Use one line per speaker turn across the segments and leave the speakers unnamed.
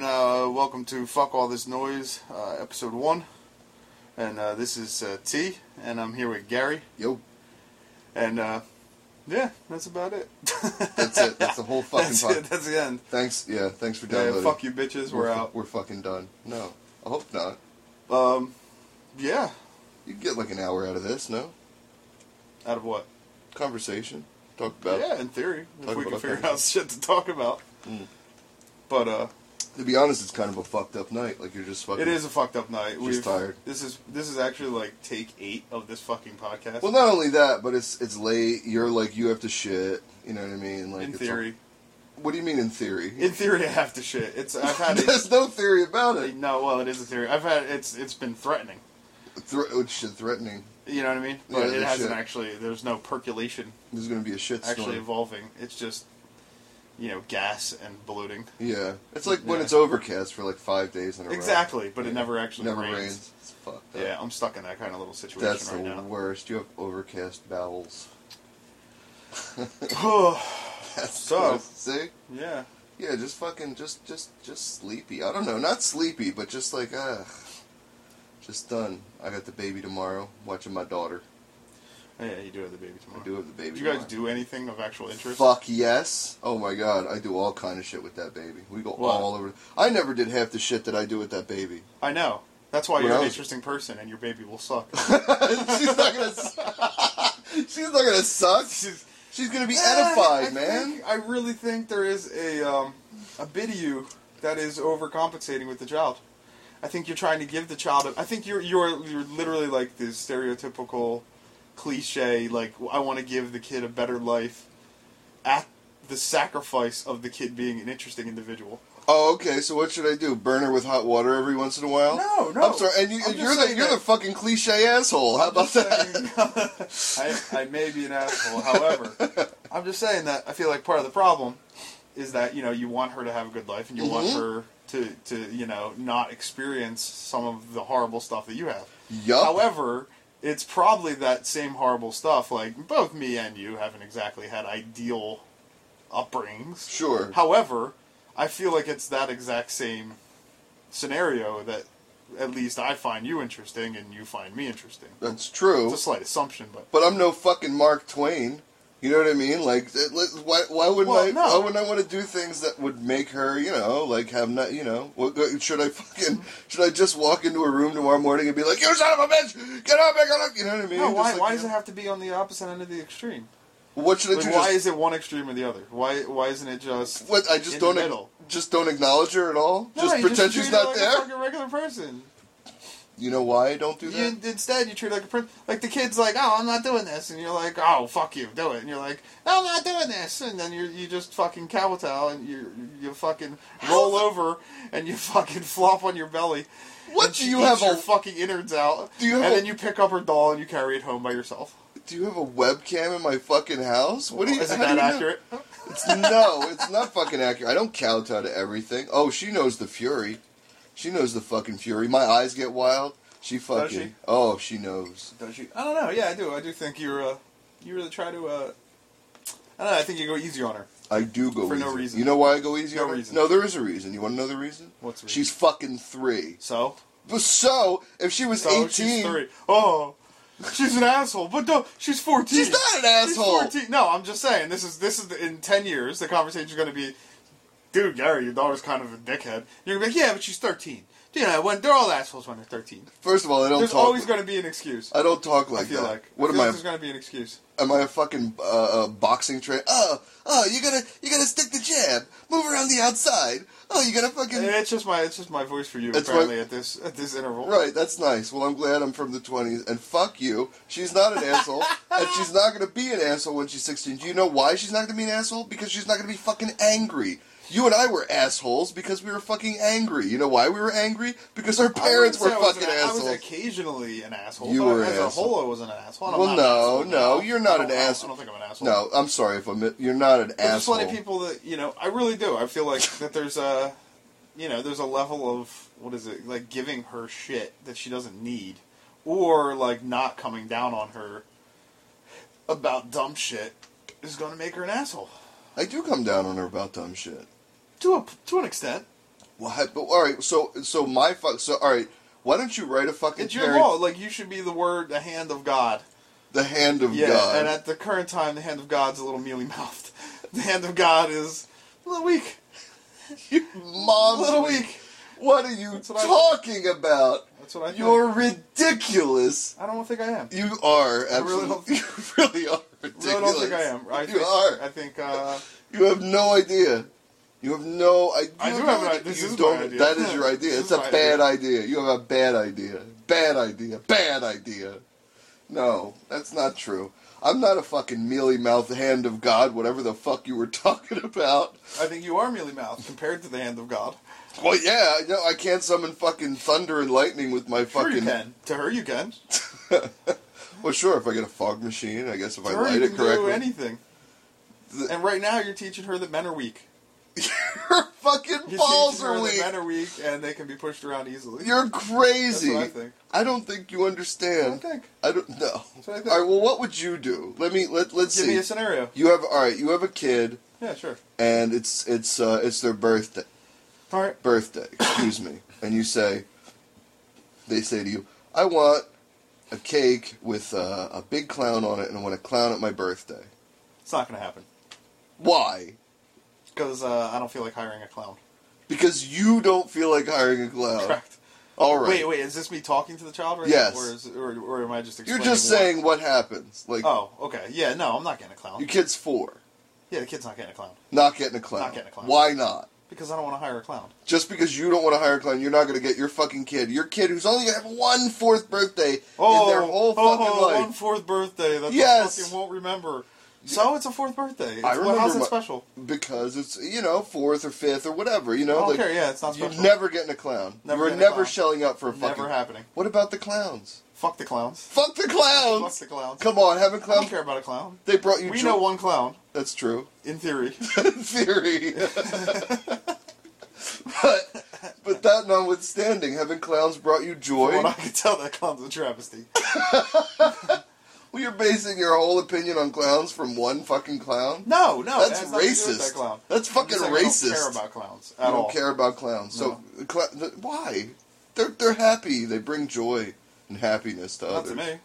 uh, welcome to Fuck All This Noise, uh, episode one. And uh, this is uh, T, and I'm here with Gary.
Yo,
And uh, yeah, that's about it.
that's it. That's the whole fucking
That's
podcast.
it. That's the end.
Thanks. Yeah, thanks for
Yeah,
downloading.
fuck you, bitches. We're
fu-
out.
We're fucking done. No, I hope not.
Um, yeah.
You can get like an hour out of this. No
Out of what?
conversation. Talk about.
yeah, in theory, if
Talk
we
about
can
all
figure
kinds of
out shit to talk about.
Mm.
But uh,
To be honest, it's kind of a fucked up night. Like you're just fucking.
it is a fucked up night.
Just tired.
This is this is actually like take eight of this fucking podcast.
Well, not only that, but it's it's late. You're like you have to shit. You know what I mean? Like
in
it's all-
theory,
what do you mean in theory?
in theory, I have to shit. It's I've had it.
There's no theory about it.
No, well, it is a theory. I've had it's it's been threatening.
Thre- oh, shit, threatening.
You know what I mean? But
Yeah,
it
that
hasn't
shit.
actually. There's no percolation
There's gonna be a shit storm.
actually evolving. It's just you know gas and bloating.
yeah, it's like when
Yeah.
it's overcast for like five days in a row.
Exactly, but it
Yeah.
never actually
Never
rains.
rains. It's fucked up.
Yeah, I'm stuck in that kind of little situation
That's
right
the
now.
worst. You have overcast bowels. That's
So-
the worst. see,
Oh, yeah.
yeah, just fucking, just, just, just sleepy. I don't know, not sleepy, but just like, ugh, just done. I got the baby tomorrow. Watching my daughter.
Oh, yeah, you do have the baby tomorrow.
I do have the baby.
Did you guys
tomorrow.
do anything of actual interest?
Fuck yes! Oh my god, I do all kind of shit with that baby. We go
What?
all over. I never did half the shit that I do with that baby.
I know. That's why
When
you're
I
an
was-
interesting person, and your baby will suck.
she's not gonna. she's not gonna suck. She's, she's gonna be
Uh, I
edified,
think-
man.
I really think there is a um, a bit of you that is overcompensating with the child. I think you're trying to give the child. A, I think you're you're you're literally like the stereotypical cliche. Like I want to give the kid a better life at the sacrifice of the kid being an interesting individual.
Oh, okay. So what should I do? Burn her with hot water every once in a while?
No, no.
I'm sorry. And you,
I'm
you're
just
the
saying
you're
that-
the fucking cliche asshole. How about that?
I, I may be an asshole. However, I'm just saying that I feel like part of the problem is that you know you want her to have a good life and you want
Mhm.
her to to you know not experience some of the horrible stuff that you have.
yup.
However, it's probably that same horrible stuff. Like both me and you haven't exactly had ideal upbringings.
sure.
However, I feel like it's that exact same scenario that at least I find you interesting and you find me interesting.
That's true.
It's a slight assumption, but
But I'm no fucking Mark Twain. You know what I mean? Like, it- let- why, why wouldn't
Well,
I?
no.
Why wouldn't I want to do things that would make her, you know, like have not, you know, what, what- should I fucking, should I just walk into a room tomorrow morning and be like, you son of a bitch, get up, get up, you know what I mean?
no. Why,
Just like,
why
you
does it
know,
have to be on the opposite end of the extreme?
What should I
Like,
do?
why
Just-
is it one extreme or the other? Why why isn't it just
what? I
in
just
the
don't, ac-
middle?
just don't acknowledge her at all.
No,
just
you
pretend
treat
she's
her
not
like
there.
A fucking regular person.
You know why I don't do that?
You, instead, you treat her like a prince. Like the kid's like, "Oh, I'm not doing this," and you're like, "Oh, fuck you, do it." And you're like, "I'm not doing this," and then you you just fucking cowtail and you you fucking roll over and you fucking flop on your belly.
What
and
do
she
you
eats
have
your
a-
fucking innards out?
Do you have
and
a-
then you pick up her doll and you carry it home by yourself.
Do you have a webcam in my fucking house? What do you?
Isn't
how
that
do you know?
accurate?
It's, no, it's not fucking accurate. I don't kowtow to everything. Oh, she knows the fury. She knows the fucking fury. My eyes get wild. She fucking.
Does she?
Oh, she knows.
Don't you? I don't know. Yeah, I do. I do think you're. Uh, you really try to. Uh, I don't know. I think you go easy on her.
I do go
For
easy.
no reason.
You know why I go easy?
No
on her?
reason.
No, there is a reason. You want another reason?
What's the reason?
She's fucking three.
So.
But so if she was
So
eighteen,
she's three. Oh, she's an asshole. But no, she's fourteen.
She's not an asshole.
She's 14. No, I'm just saying. This is this is the, in ten years. The conversation's going to be, dude, Gary, your daughter's kind of a dickhead. You're gonna be like, yeah, but she's thirteen. You know, when they're all assholes when they're thirteen.
first of all, I don't
There's
talk.
always going to be an excuse.
I don't talk
I
like
feel
that.
like.
what
I
am
feel
I?
like There's going to be an excuse.
Am I a fucking uh, uh, boxing train? Oh, oh, you gotta, you gotta stick the jab, move around the outside. Oh, you gotta fucking.
It's just my it's just my voice for you
That's
apparently at this at this interval.
Right, that's nice. Well, I'm glad I'm from the 20s. And fuck you. She's not an asshole. And she's not going to be an asshole when she's 16. Do you know why she's not going to be an asshole? Because she's not going to be fucking angry. You and I were assholes because we were fucking angry. You know why we were angry? Because
I
our
wouldn't
parents were
say I was an
fucking
a-
assholes.
I was occasionally an asshole.
You
but
were an
as a
asshole.
whole, I was an asshole. and I'm
Well,
not an
no,
asshole
no,
now.
you're not
I don't-
an
I don't-
asshole.
I don't think I'm an asshole.
no, I'm sorry if I'm. You're not an
There's
asshole.
plenty of people that you know. I really do. I feel like that there's a, you know, there's a level of what is it like giving her shit that she doesn't need, or like not coming down on her about dumb shit is going to make her an asshole
I do come down on her about dumb shit.
to a to an extent.
What? But all right. So so my fuck. So all right. Why don't you write a fucking
It's your
parent-
law. Like you should be the word, the hand of God.
the hand of
Yeah,
God?
and at the current time, the hand of God's a little mealy mouthed. The hand of God is a little weak, a
Mom's
little
week.
weak.
What are you
That's what I-
talking about?
That's what I think.
You're ridiculous.
I don't think I am.
You are
I really
absolutely. you really are ridiculous.
Really don't think I am. I
you
think,
are.
I think. Uh,
You have no idea. You have no idea.
I do have an idea. This
you
is my
don't-
idea.
That is your idea.
This
it's
is
a
my
bad idea. You have a bad idea. Bad idea. Bad idea. No, that's not true. I'm not a fucking mealy mouthed hand of God, whatever the fuck you were talking about.
I think you are mealy mouthed compared to the hand of God.
Well, yeah, I know I can't summon fucking thunder and lightning with my
Sure, you
fucking.
can. To her, you can.
Well, sure, if I get a fog machine, I guess if I
to her,
light
you
it
can do
correctly.
anything.
The-
And right now, you're teaching her that men are weak.
Your fucking
You're
balls
teaching her
are weak.
That men are weak, and they can be pushed around easily.
You're
That's
crazy.
what I think.
I don't think you
I
understand.
think.
I don't know.
That's what I think.
All right. Well, what would you do? Let me let let's
Give
see.
me a scenario.
you have all right. You have a kid,
Yeah, sure.
and it's it's uh, it's their birthday
All right.
birthday. Excuse me. And you say, they say to you, I want a cake with uh, a big clown on it, and I want a clown at my birthday.
It's not going to happen.
Why?
Because uh, I don't feel like hiring a clown.
Because you don't feel like hiring a clown.
Correct.
All right.
Wait, wait. Is this me talking to the child right
Yes.
now? Or, is, or, or am I just
You're
explaining
just
what-
saying what happens. Like
Oh, okay. Yeah, no, I'm not getting a clown.
your kid's four,
Yeah, the kid's not getting a clown.
not getting a clown.
Not getting a clown.
Why not?
Because I don't want to hire a clown.
Just because you don't want to hire a clown, you're not going to get your fucking kid. Your kid who's only going to have one fourth birthday in their whole fucking
oh,
life.
one fourth birthday that
Yes.
they fucking won't remember. So it's a fourth birthday. It's,
I
well, how's
remember
it
my-
special?
Because it's, you know, fourth or fifth or whatever, you
oh.
know?
I don't
like,
care. Yeah, it's not
You're
special.
never getting a clown.
Never
We're
getting a
never
clown.
shelling up for a fucking.
Never happening.
what about the clowns?
Fuck the clowns.
Fuck the
Fuck
clowns!
the clowns.
Come on, have a
I
clown.
don't care about a clown.
They brought you.
we
joy-
know one clown,
That's true.
in theory.
In theory. but, but that notwithstanding, having clowns brought you
From
joy.
what I can tell, that clown's a travesty.
Well, you're basing your whole opinion on clowns from one fucking clown.
No, no, it
That's
has nothing to do with
racist.
That clown.
That's
I'm just
fucking
saying I
racist.
don't care about clowns
you
at
don't
all.
care about clowns. So cl- th- why? They're they're happy. They bring joy and happiness to
Not
others.
to me.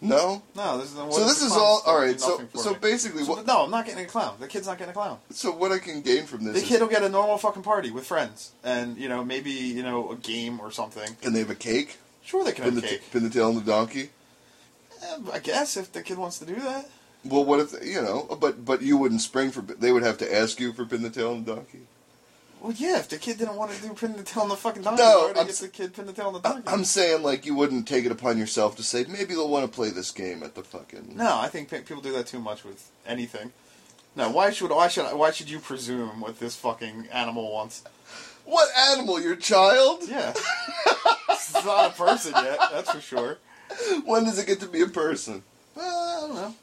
No.
No, this is what
so
if
this
the
is
clowns
all
don't
all
do
right. So
nothing for
so
me?
basically,
So,
what
no, I'm not getting a clown. The kid's not getting a clown.
so what I can gain from this?
The
is-
kid will get a normal fucking party with friends, and you know maybe you know a game or something.
and they have a cake.
Sure, they can
Pin
have
the,
cake.
pin the tail on the donkey.
Eh, I guess if the kid wants to do that.
Well, what if you know? But but you wouldn't spring for. They would have to ask you for pin the tail on the donkey.
Well, yeah, if the kid didn't want to do pin the tail on the fucking donkey,
No,
why would I
I'm
get
s-
the kid pin the tail on the
I,
donkey?
I'm saying like you wouldn't take it upon yourself to say maybe they'll want to play this game at the fucking.
No, I think pe- people do that too much with anything. No, why should why should I- why should you presume what this fucking animal wants?
What animal, your child?
Yeah, it's not a person yet. That's for sure.
When does it get to be a person?
Well, I don't know.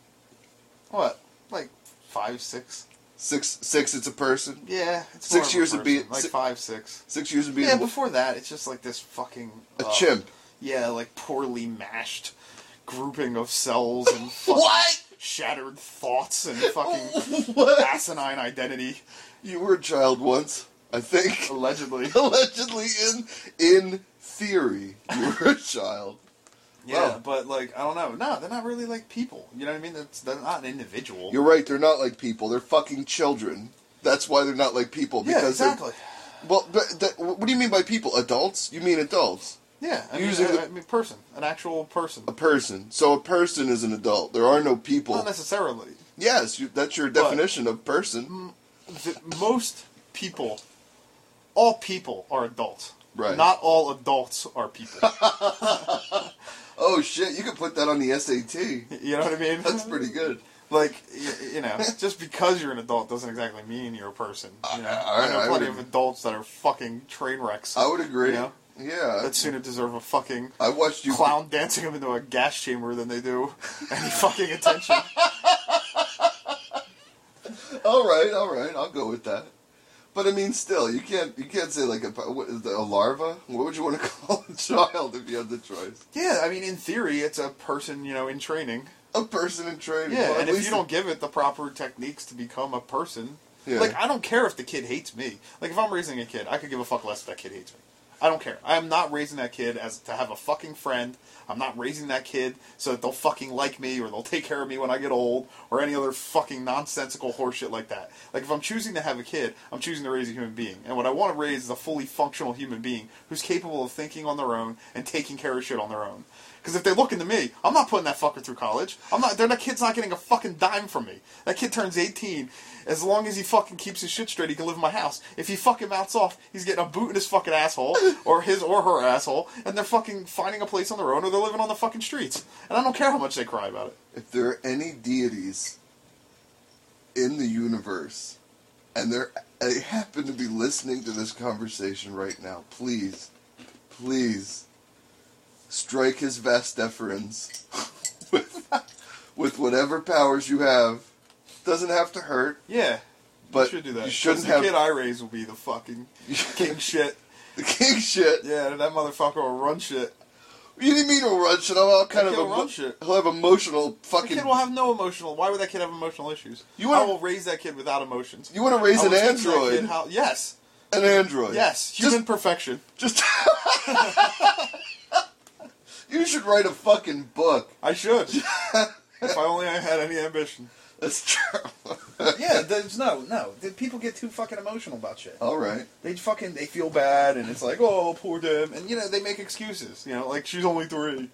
What? Like five, six?
Six, six. It's a person.
Yeah, it's
Six
more
years
of
would
a
be-
person, like
si-
five, six.
Six years of being
Yeah, before that, it's just like this fucking
a
uh,
chimp.
Yeah, like poorly mashed grouping of cells and fucking
What?
shattered thoughts and fucking
what?
asinine identity,
You were a child once, I think.
allegedly.
Allegedly, in in theory, you were a child.
Yeah,
Wow.
but like I don't know. No, they're not really like people. You know what I mean? That's they're not an individual.
You're right. They're not like people. They're fucking children. That's why they're not like people.
yeah,
Because they're-
exactly.
Well, but that, what do you mean by people? Adults? You mean adults?
Yeah, I mean,
Using
I,
the-
I mean, person, an actual person,
A person. So a person is an adult. There are no
not
people.
necessarily.
Yes, you, that's your
But-
definition of
Mm.
person.
the, most people, all people are adults.
Right.
Not all adults are people.
Oh shit! You could put that on the SAT.
you know what I mean?
That's pretty good.
Like, you, you know, just because you're an adult doesn't exactly mean you're a person. You know,
I- I-
I know
I
plenty
would-
of adults that are fucking train wrecks.
I would agree.
You know?
Yeah.
That sooner deserve a fucking
I watched you.
clown dancing them into a gas chamber than they do any fucking attention.
All right, all right. I'll go with that. But I mean, still, you can't you can't say like a what, is it, a larva. What would you want to call a child if you had the choice?
yeah, I mean, in theory, it's a person, you know, in training.
A person in training.
Yeah,
Well, at
and if
least
you don't give it the proper techniques to become a person,
Yeah.
Like I don't care if the kid hates me. Like if I'm raising a kid, I could give a fuck less if that kid hates me. I don't care. I am not raising that kid as to have a fucking friend. I'm not raising that kid so that they'll fucking like me or they'll take care of me when I get old or any other fucking nonsensical horseshit like that. Like if I'm choosing to have a kid, I'm choosing to raise a human being. And what I want to raise is a fully functional human being who's capable of thinking on their own and taking care of shit on their own. Because if they look into me, I'm not putting that fucker through college. I'm not. They're, that kid's not getting a fucking dime from me. That kid turns 18. As long as he fucking keeps his shit straight, he can live in my house. If he fucking mouths off, he's getting a boot in his fucking asshole, or his or her asshole, and they're fucking finding a place on their own, or they're living on the fucking streets. And I don't care how much they cry about it.
If there are any deities in the universe, and they're, they happen to be listening to this conversation right now, please, please, strike his vast deference with, with whatever powers you have. Doesn't have to hurt,
Yeah,
but
you should do that.
You
'Cause
shouldn't
the kid
have
I raise will be the fucking king shit.
the king shit.
Yeah, that moterfucker will run shit.
You didn't mean he'll run shit. I'll have kind
Like,
of
he'll
emo-
run shit.
He'll have emotional
The
fucking.
kid will have no emotional. Why would that kid have emotional issues?
You
You
wanna-
I will raise that kid without emotions.
you want to raise
I
an
will teach that kid
android?
how- yes,
An android.
yes,
Just-
human perfection.
Just. you should write a fucking book.
I should. if I only I had any ambition.
That's true.
Yeah, there's no, no. The- People get too fucking emotional about shit.
All right.
They fucking they feel bad, and it's like, oh, poor them, and you know they make excuses. You know, like she's only three.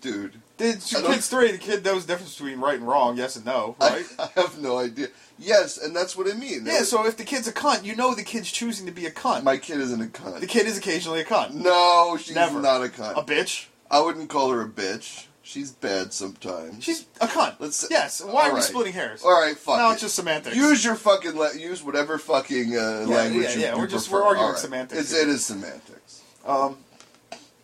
Dude,
The
I don't-
kid's three. The kid knows the difference between right and wrong, yes and no, right?
I, I have no idea. Yes, and that's what I mean.
yeah. So if the kid's a cunt, you know the kid's choosing to be a cunt.
my kid isn't a cunt.
the kid is occasionally a cunt,
no, she's
Never. Um,
not a cunt.
a bitch.
I wouldn't call her a bitch. She's bad sometimes.
She's a cunt.
Let's-
yes. Why are we
alright.
splitting hairs?
All right, fuck
no,
it.
it's just semantics.
Use your fucking la- use whatever fucking uh,
Yeah,
language.
yeah,
you,
yeah,
you
we're just-
prefer.
we're arguing
All right.
semantics
It's,
here.
it is semantics,
um,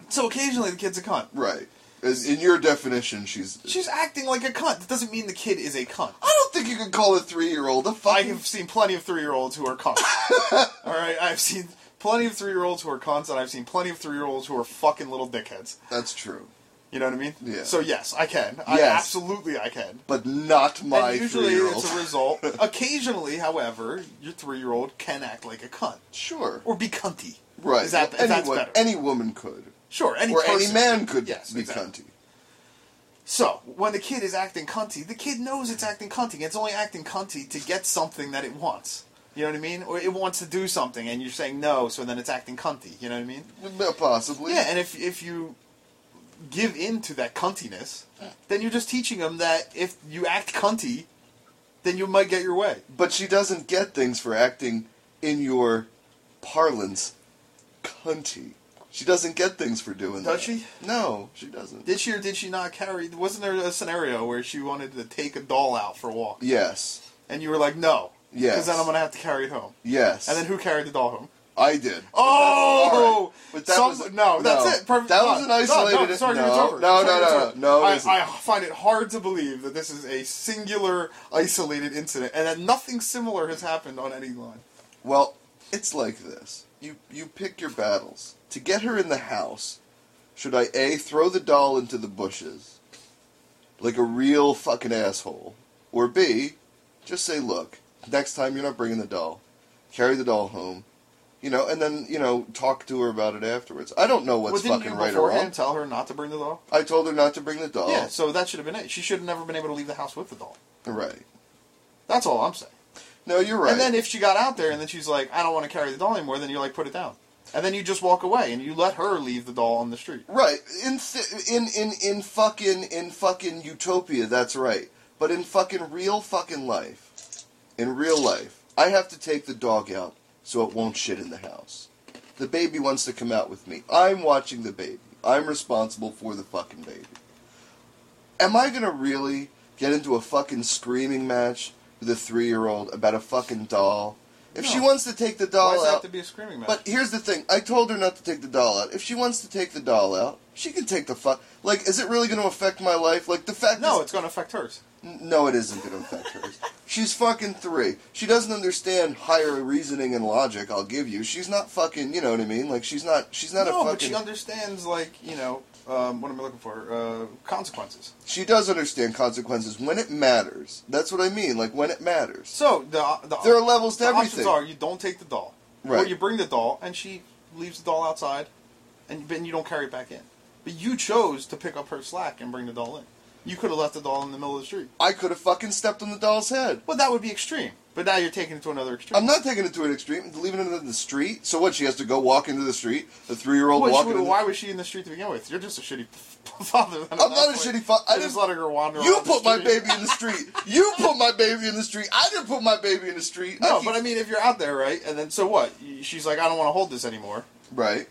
so occasionally the kid's a cunt.
right? In, in your definition, she's.
She's acting like a cunt. That doesn't mean the kid is a cunt.
I don't think you can call a three-year-old a
I
fucking.
have seen plenty of three-year-olds who are cunts. All right, I've seen plenty of three-year-olds who are cunts, and I've seen plenty of three-year-olds who are fucking little dickheads.
That's true,
You know what I mean?
Yeah.
So yes, I can. I
Yes.
absolutely I can.
but not my
and usually
three-year-old.
it's a result. Occasionally, however, your three-year-old can act like a cunt
sure,
or be cunty.
right?
Is that, if
Well, any,
that's
wo-
better?
any woman could,
sure. Any
or any
person.
man could
Yes,
be
exactly.
cunty.
So, when the kid is acting cunty, the kid knows it's acting cunty. It's only acting cunty to get something that it wants. You know what I mean? Or it wants to do something, and you're saying no, so then it's acting cunty. You know what I mean?
Well, Possibly,
Yeah, and if, if you give in to that cuntiness, then you're just teaching them that if you act cunty, then you might get your way.
but she doesn't get things for acting in your parlance cunty. She doesn't get things for doing that.
Does she?
No, she doesn't.
Did she or did she not carry? Wasn't there a scenario where she wanted to take a doll out for a walk?
yes.
And you were like, no.
Yes.
Because then I'm going to have to carry it home.
Yes.
And then who carried the doll home?
I did.
Oh,
But that's all right. But
Some-
that was-
no, that's
no.
it. Perfect.
That
No,
was an
no,
isolated-
No, this argument's
no,
over.
no,
This
no,
argument's
no,
over.
no, it isn't.
I, I find it hard to believe that this is a singular, isolated incident, and that nothing similar has happened on any line.
Well, it's like this. You you pick your battles. To get her in the house, should I A throw the doll into the bushes like a real fucking asshole? Or B, just say, "Look, next time you're not bringing the doll. Carry the doll home." You know, and then, you know, talk to her about it afterwards. I don't know what's
well, didn't
fucking
you
right or
beforehand
wrong. Oh.
tell her not to bring the doll?
I told her not to bring the doll.
Yeah, so that should have been it. She should have never been able to leave the house with the doll.
Right.
That's all I'm saying.
No, you're right.
And then if she got out there and then she's like, I don't want to carry the doll anymore, then you're like, put it down. And then you just walk away and you let her leave the doll on the street.
Right. In th- in in in fucking in fucking utopia, that's right. But in fucking real fucking life, in real life, I have to take the dog out so it won't shit in the house. The baby wants to come out with me. I'm watching the baby. I'm responsible for the fucking baby. Am I gonna really get into a fucking screaming match with a three-year-old about a fucking doll? If she
No.
wants to take the doll
Why does
out,
that have to be a screaming match?
Oh, but here's the thing. I told her not to take the doll out. If she wants to take the doll out, she can take the fuck. Like, is it really going to affect my life? Like, the fact
no,
is,
it's going to affect hers.
N- no, it isn't going to affect hers. She's fucking three. She doesn't understand higher reasoning and logic. I'll give you. She's not fucking. You know what I mean? Like, she's not. She's not
no,
a
but
fucking.
she understands like you know um, what am I looking for? Uh, consequences.
She does understand consequences when it matters. That's what I mean. Like when it matters.
So the, the
There are levels to
the options
everything.
are you don't take the doll, or
Right.
you bring the doll and she leaves the doll outside, and then you don't carry it back in. But you chose to pick up her slack and bring the doll in. You could have left the doll in the middle of the street.
I could have fucking stepped on the doll's head.
Well, that would be extreme. But now you're taking it to another extreme.
I'm not taking it to an extreme. Leaving it in the street. So what? She has to go walk into the street. The three-year-old
Well, she
walking.
would-
in the-
why was she in the street to begin with? You're just a shitty father. I'm
not a shitty fa-
I
I
just
didn't-
letting her wander.
You
around the
put my
street.
baby in the street. You put my baby in the street. I didn't put my baby in the street.
No,
keep-
but I mean, if you're out there, right? And then so what? You- She's like, I don't want to hold this anymore,
right.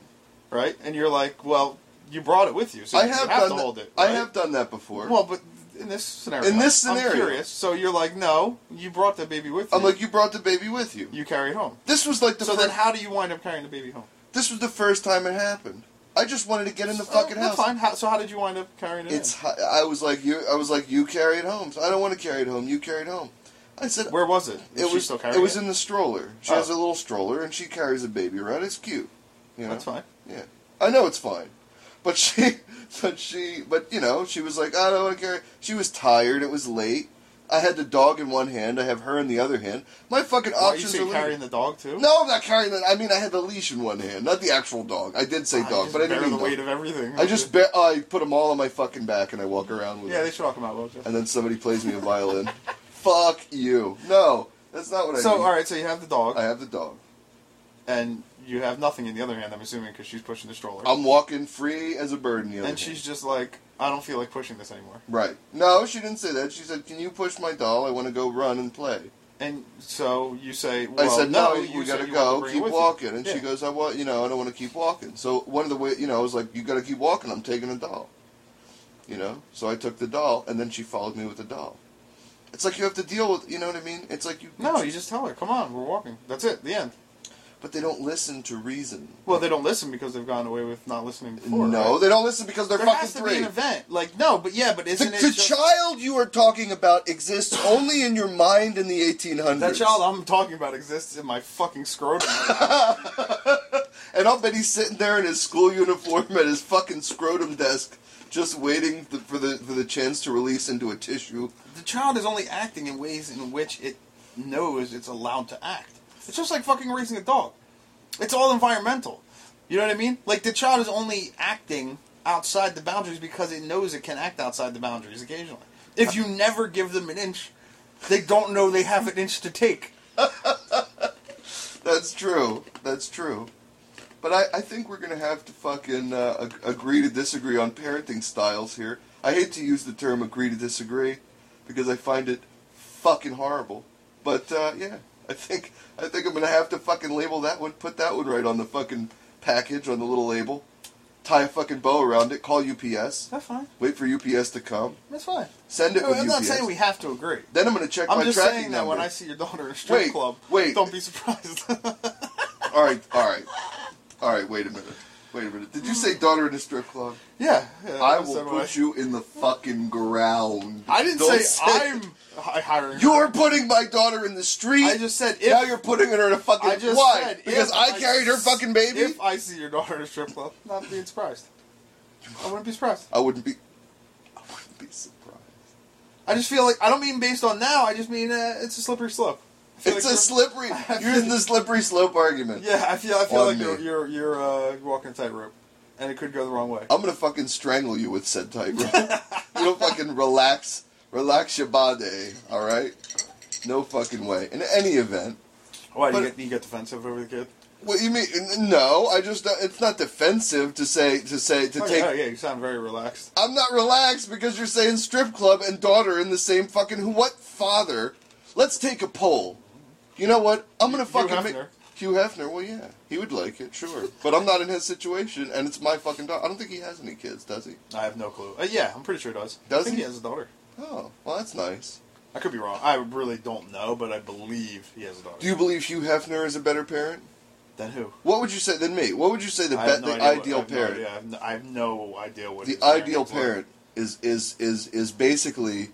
right? And you're like, well, you brought it with you, so
I
you
have,
have to
done.
hold
that.
it.
I
right?
have done that before.
Well, but in this scenario,
In this
I'm
scenario.
curious. So you're like, no, you brought the baby with you.
I'm like, you brought the baby with you.
you carry it home.
This was like the
so
first.
then, how do you wind up carrying the baby home?
this was the first time it happened. I just wanted to get in the
Oh,
fucking
that's
house.
Fine. How, so how did you wind up carrying it?
It's.
in?
hi- I was like you. I was like you carry it home. I don't want to carry it home. You carry it home. I said
Where was it? Is
it
she
was.
still
It
carrying
was in the stroller. She
Oh.
has a little stroller and she carries a baby around. It's cute. You know?
That's fine.
Yeah, I know it's fine, but she, but she, but you know, she was like, I don't want to carry. She was tired. It was late. I had the dog in one hand. I have her in the other hand. My fucking
Why, you
options
say
are limited.
carrying the dog too?
No, I'm not carrying that. I mean, I had the leash in one hand, not the actual dog. I did say
I
dog,
Ah, just
but I didn't
bear
mean
the
dog.
weight of everything.
I just be- I put them all on my fucking back and I walk around with
yeah, they
them.
should all come out. Well,
And then somebody plays me a violin. Fuck you. No, that's not what I
so
mean.
all right, so you have the dog,
I have the dog.
and you have nothing in the other hand. I'm assuming because she's pushing the stroller,
I'm walking free as a bird in the other
and
hand.
she's just like, I don't feel like pushing this anymore.
Right. No, she didn't say that. She said, "Can you push my doll? I want to go run and play."
And so you say, well,
I said,
no,
"No,
you
we
said
gotta
you wanted to
go.
bring it
Keep
with you."
walking." And she
Yeah.
goes, "I want, you know, I don't want to keep walking." So one of the way, you know, I was like, "You gotta keep walking. I'm taking the doll." You know. So I took the doll, and then she followed me with the doll. It's like you have to deal with, you know what I mean? It's like you.
No, you just tell her, come on, we're walking. That's it, the end.
But they don't listen to reason.
Well, they don't listen because they've gotten away with not listening before.
no,
right?
they don't listen because they're
there
fucking
has to
three.
be an event. Like, no, but yeah, but
the
isn't it
the
just-
child you are talking about exists only in your mind in the 1800s.
that child I'm talking about exists in my fucking scrotum.
And I'll bet he's sitting there in his school uniform at his fucking scrotum desk, just waiting th- for the for the chance to release into a tissue.
the child is only acting in ways in which it knows it's allowed to act. It's just like fucking raising a dog. It's all environmental. You know what I mean? Like the child is only acting outside the boundaries because it knows it can act outside the boundaries occasionally. If you never give them an inch, they don't know they have an inch to take.
That's true. That's true. But I, I think we're gonna have to fucking uh, ag- agree to disagree on parenting styles here. I hate to use the term agree to disagree because I find it fucking horrible. But uh, yeah, I think I think I'm gonna have to fucking label that one, put that one right on the fucking package on the little label, tie a fucking bow around it, call UPS.
That's fine.
Wait for UPS to come.
That's fine.
Send it
No,
with
I'm
UPS.
not saying we have to agree.
Then I'm going to check
I'm
my
just
tracking
saying that
number.
when I see your daughter in a strip
Wait,
club,
wait.
don't be surprised.
All right, all right, all right. Wait a minute. Wait a minute. Did you say daughter in a strip club?
yeah, yeah,
I
that's
will
what
put you in the fucking ground.
I didn't
Don't
say, I'm hi- hiring. her.
You're putting my daughter in the street.
I just said if
now you're putting her in a fucking.
I just
why?
said
because
if
I carried her fucking baby.
If I see your daughter in a strip club, not being surprised. I wouldn't be surprised.
I wouldn't be. I wouldn't be surprised.
I just feel like I don't mean based on now. I just mean uh, it's a slippery slope. I feel
It's
like
a slippery. You're in the slippery slope argument.
you're- Yeah, I feel. I feel
on
like
me.
you're you're, you're uh, walking a tightrope, and it could go the wrong way.
I'm gonna fucking strangle you with said tightrope. you don't fucking relax, relax your body, all right? No fucking way. In any event,
Why do you
but-
get you get defensive over the kid?
what you mean? n- No, I just uh, it's not defensive to say to say to
Oh,
take.
yeah, yeah, you sound very relaxed.
I'm not relaxed because you're saying strip club and daughter in the same fucking who? What father? Let's take a poll. You know what? I'm gonna
Hugh
fucking make
Hefner.
Hugh Hefner. Well, yeah, he would like it, sure. but I'm not in his situation, and it's my fucking daughter. I don't think he has any kids, does he?
I have no clue. Uh, yeah, I'm pretty sure he does.
Does
I think
he?
he has a daughter.
Oh, well, that's nice.
I could be wrong. I really don't know, but I believe he has a daughter.
Do you believe Hugh Hefner is a better parent?
then who?
What would you say than me? What would you say the,
I
be-
have no
the
idea what-
ideal
I have no
parent?
idea. I have no, I have no idea what
the
his parents
ideal
look like.
parent is is is is basically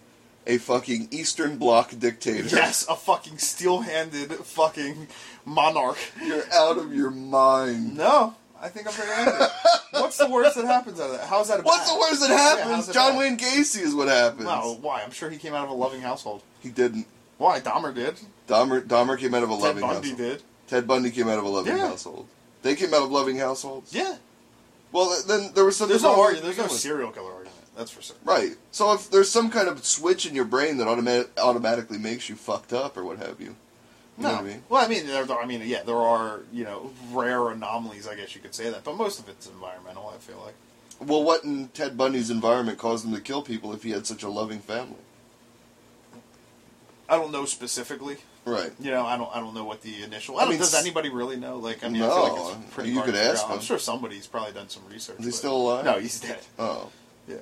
a fucking Eastern Bloc dictator.
Yes, a fucking steel-handed fucking monarch.
You're out of your mind.
No, I think I'm very angry. What's the worst that happens out of that? How's that? a
What's
bad?
the worst that
Yeah,
happens?
how's it
John
bad?
Wayne Gacy is what happens.
No, why? I'm sure he came out of a loving household.
He didn't.
Why? Dahmer did.
Dahmer, Dahmer came out of a
Ted
loving
Bundy
household.
did.
Ted Bundy came out of a loving
Yeah.
household. They came out of loving households.
Yeah.
Well, th- then there was something.
There's no
wrong
argument.
with
There's no
the
serial killer argument. That's for certain.
Right. So if there's some kind of switch in your brain that automa- automatically makes you fucked up or what have you. You know
No.
what I mean?
Well, I mean, there, there- I mean, yeah, there are you know rare anomalies. I guess you could say that, but most of it's environmental. I feel like.
Well, what in Ted Bundy's environment caused him to kill people if he had such a loving family?
I don't know specifically.
Right.
You know, I don't. I don't know what the initial. I
I
don't,
mean,
does
s-
anybody really know? Like, I mean, I
No,
feel like it's pretty
you
hard
could
to figure
ask
out. I'm
him.
sure somebody's probably done some research.
Is he
but-
still alive?
No, he's dead.
Oh.
Yeah.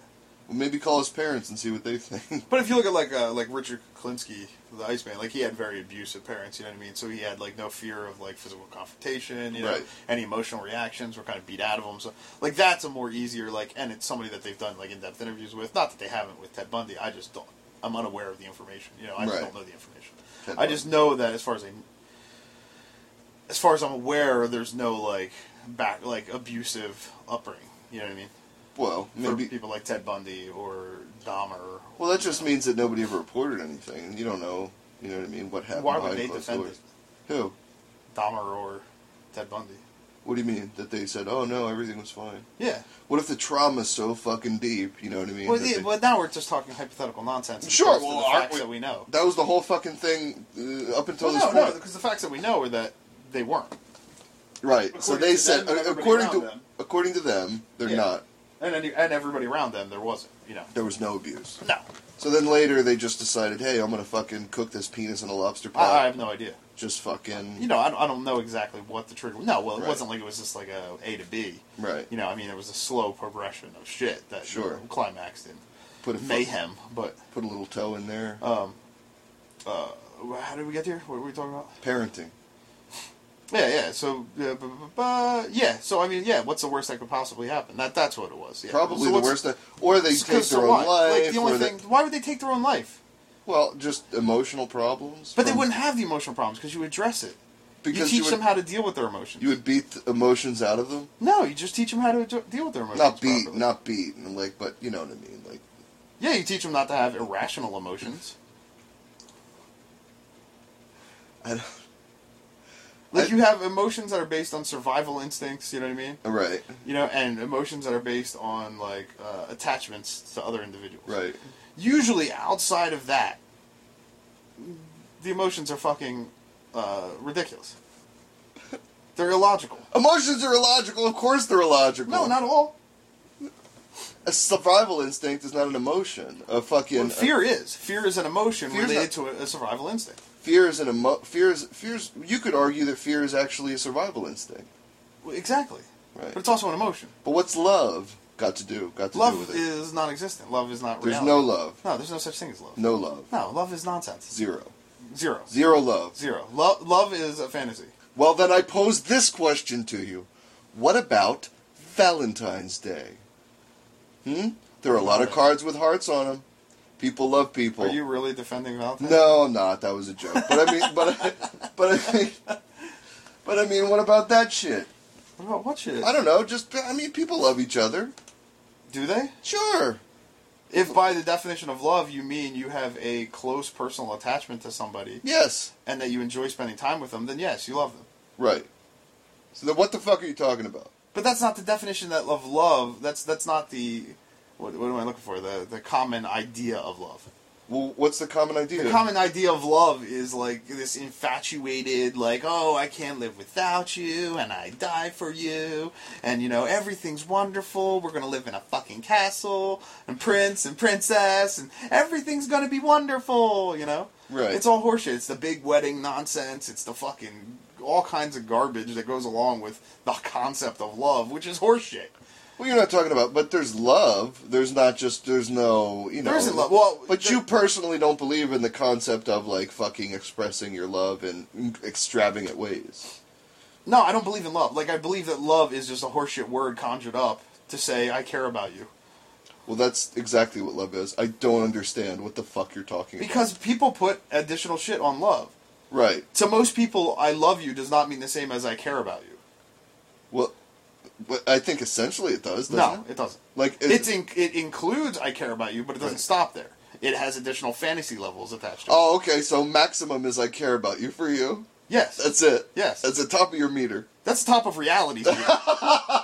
Well, maybe call his parents and see what they think.
But if you look at like uh, like Richard Klinsky, the Iceman, like he had very abusive parents, you know what I mean. So he had like no fear of like physical confrontation, you know,
Right.
any emotional reactions were kind of beat out of him. So like that's a more easier like, and it's somebody that they've done like in depth interviews with. Not that they haven't with Ted Bundy. I just don't. I'm unaware of the information. You know, I
Right.
just don't know the information.
Ted
I just know that as far as I, as far as I'm aware, there's no like back like abusive upbringing. You know what I mean?
Well, maybe.
For people like Ted Bundy or Dahmer.
Well, that just means that nobody ever reported anything, and you don't know. You know what I mean? What happened?
Why would
behind
they
closed
defend
doors.
it?
Who?
Dahmer or Ted Bundy.
What do you mean that they said? Oh no, everything was fine.
Yeah.
What if the trauma's so fucking deep? You know what I mean?
Well,
that
yeah,
they-
but now we're just talking hypothetical nonsense. as
Sure,
opposed to
well,
the
aren't
facts
we-
that we know.
That was the whole fucking thing uh, up until
Well,
this
no, no,
point.
because the facts that we know are that they weren't,
right. So
according
they
to
said,
them,
uh,
everybody
according to
around them.
according to them, they're
Yeah.
not.
and any, and everybody around them there wasn't. You know.
There was no abuse.
No,
So then later they just decided, hey, I'm gonna fucking cook this penis in a lobster pot.
I, I have no idea.
Just fucking
You know, I don't, I don't know exactly what the trigger. No, well, it
Right.
wasn't like it was just like a A to B.
right.
You know, I mean, it was a slow progression of shit that you
Sure.
know, climaxed in
Put a foot-
mayhem. But
Put a little toe in there.
um, uh, how did we get here? What were we talking about?
Parenting.
Yeah, yeah. So, uh, bu- bu- bu- yeah. So, I mean, yeah. What's the worst that could possibly happen? That that's what it was. Yeah.
Probably
So
the
what's-
worst. That, or they
so-
take
so
their own
what?
life.
Like the only
or they-
thing. Why would they take their own life?
well, just emotional problems.
But they
from-
wouldn't have the emotional problems because you address it. you
because
teach
you would,
them how to deal with their emotions.
you would beat the emotions out of them.
no, you just teach them how to ad- deal with their emotions.
Not beat,
properly.
not beat, and like, but you know what I mean. Like,
Yeah, you teach them not to have irrational emotions.
I don't,
Like
I-
you have emotions that are based on survival instincts. You know what I mean?
All right,
You know, and emotions that are based on like uh, attachments to other individuals.
right.
usually outside of that, the emotions are fucking uh, ridiculous. They're illogical.
Emotions are illogical. Of course, they're illogical.
No, not all.
a survival instinct is not an emotion. A fucking
Well, fear is. Fear is an emotion
Fear's
related
not-
to a, a survival instinct.
fear is an emo. Fear is fears. You could argue that fear is actually a survival instinct,
Well, Exactly.
right?
But it's also an emotion.
But what's love got to do? Got to do
Love
with it?
is non existent. Love is not
There's
reality.
no love.
No, there's no such thing as love.
No love.
No, love is nonsense.
Zero.
Zero.
Zero love.
Zero. Lo- love is a fantasy.
Well, then I pose this question to you: What about Valentine's Day? Hmm. There are a lot of cards with hearts on them. People love people.
Are you really defending Valentine's?
No, I'm not. That was a joke. But I mean, but I, but I mean, but I mean, what about that shit?
What about what shit?
I don't know. Just I mean, people love each other.
Do they?
Sure.
If by the definition of love you mean you have a close personal attachment to somebody
Yes.
and that you enjoy spending time with them, then yes, you love them.
Right. So then, what the fuck are you talking about?
But that's not the definition that of love. That's that's not the what, what am I looking for? The the common idea of love.
Well, what's the common idea?
The common idea of love is like this infatuated, like oh, I can't live without you, and I die for you, and you know everything's wonderful. We're gonna live in a fucking castle, and prince and princess, and everything's gonna be wonderful. You know,
Right.
It's all horseshit. It's the big wedding nonsense. It's the fucking all kinds of garbage that goes along with the concept of love, which is horseshit.
well, you're not talking about. But there's love. There's not just. There's no. You know.
There isn't love. Well,
But
the-
you personally don't believe in the concept of like fucking expressing your love in extravagant ways.
No, I don't believe in love. Like I believe that love is just a horseshit word conjured up to say I care about you.
Well, that's exactly what love is. I don't understand what the fuck you're talking
Because people put additional shit on love.
about. Right.
To most people, I love you does not mean the same as I care about you.
Well, Well, I think essentially it does. Doesn't
no,
it?
it doesn't.
like
It's e- in, it includes I care about you, but it doesn't
Right.
stop there. It has additional fantasy levels attached to it.
oh, okay. So maximum is I care about you for you.
yes, that's,
That's it.
yes,
That's the top of your meter.
that's the top of reality's meter.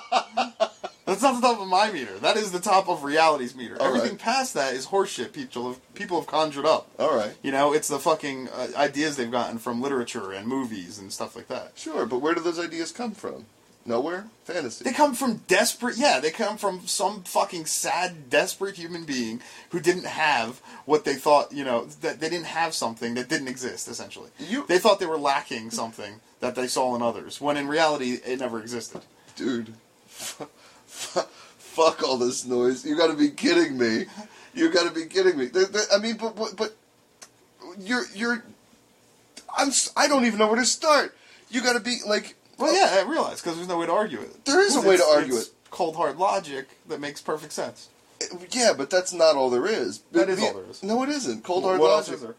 that's not the top of my meter. That is the top of reality's meter.
All right.
Everything past that is horseshit. People have people have conjured up.
All right.
You know, it's the fucking uh, ideas they've gotten from literature and movies and stuff like that.
Sure, but where do those ideas come from? Nowhere. Fantasy.
They come from desperate, yeah, they come from some fucking sad, desperate human being who didn't have what they thought, you know, that they didn't have something that didn't exist, essentially.
You-
They thought they were lacking something that they saw in others, when in reality, it never existed.
dude, fuck all this noise. You gotta be kidding me. You gotta be kidding me. There- there- I mean, but, but, but, you're, you're, I'm, s- I don't even know where to start. You gotta be, like,
Well, yeah, I realize, because there's no way to argue it.
There is a way to
It's-
argue
it's
it.
cold, hard logic that makes perfect sense.
yeah, but that's not all there is.
That is
The-
all there is.
No, it isn't. Cold hard
What else
logic.
is there?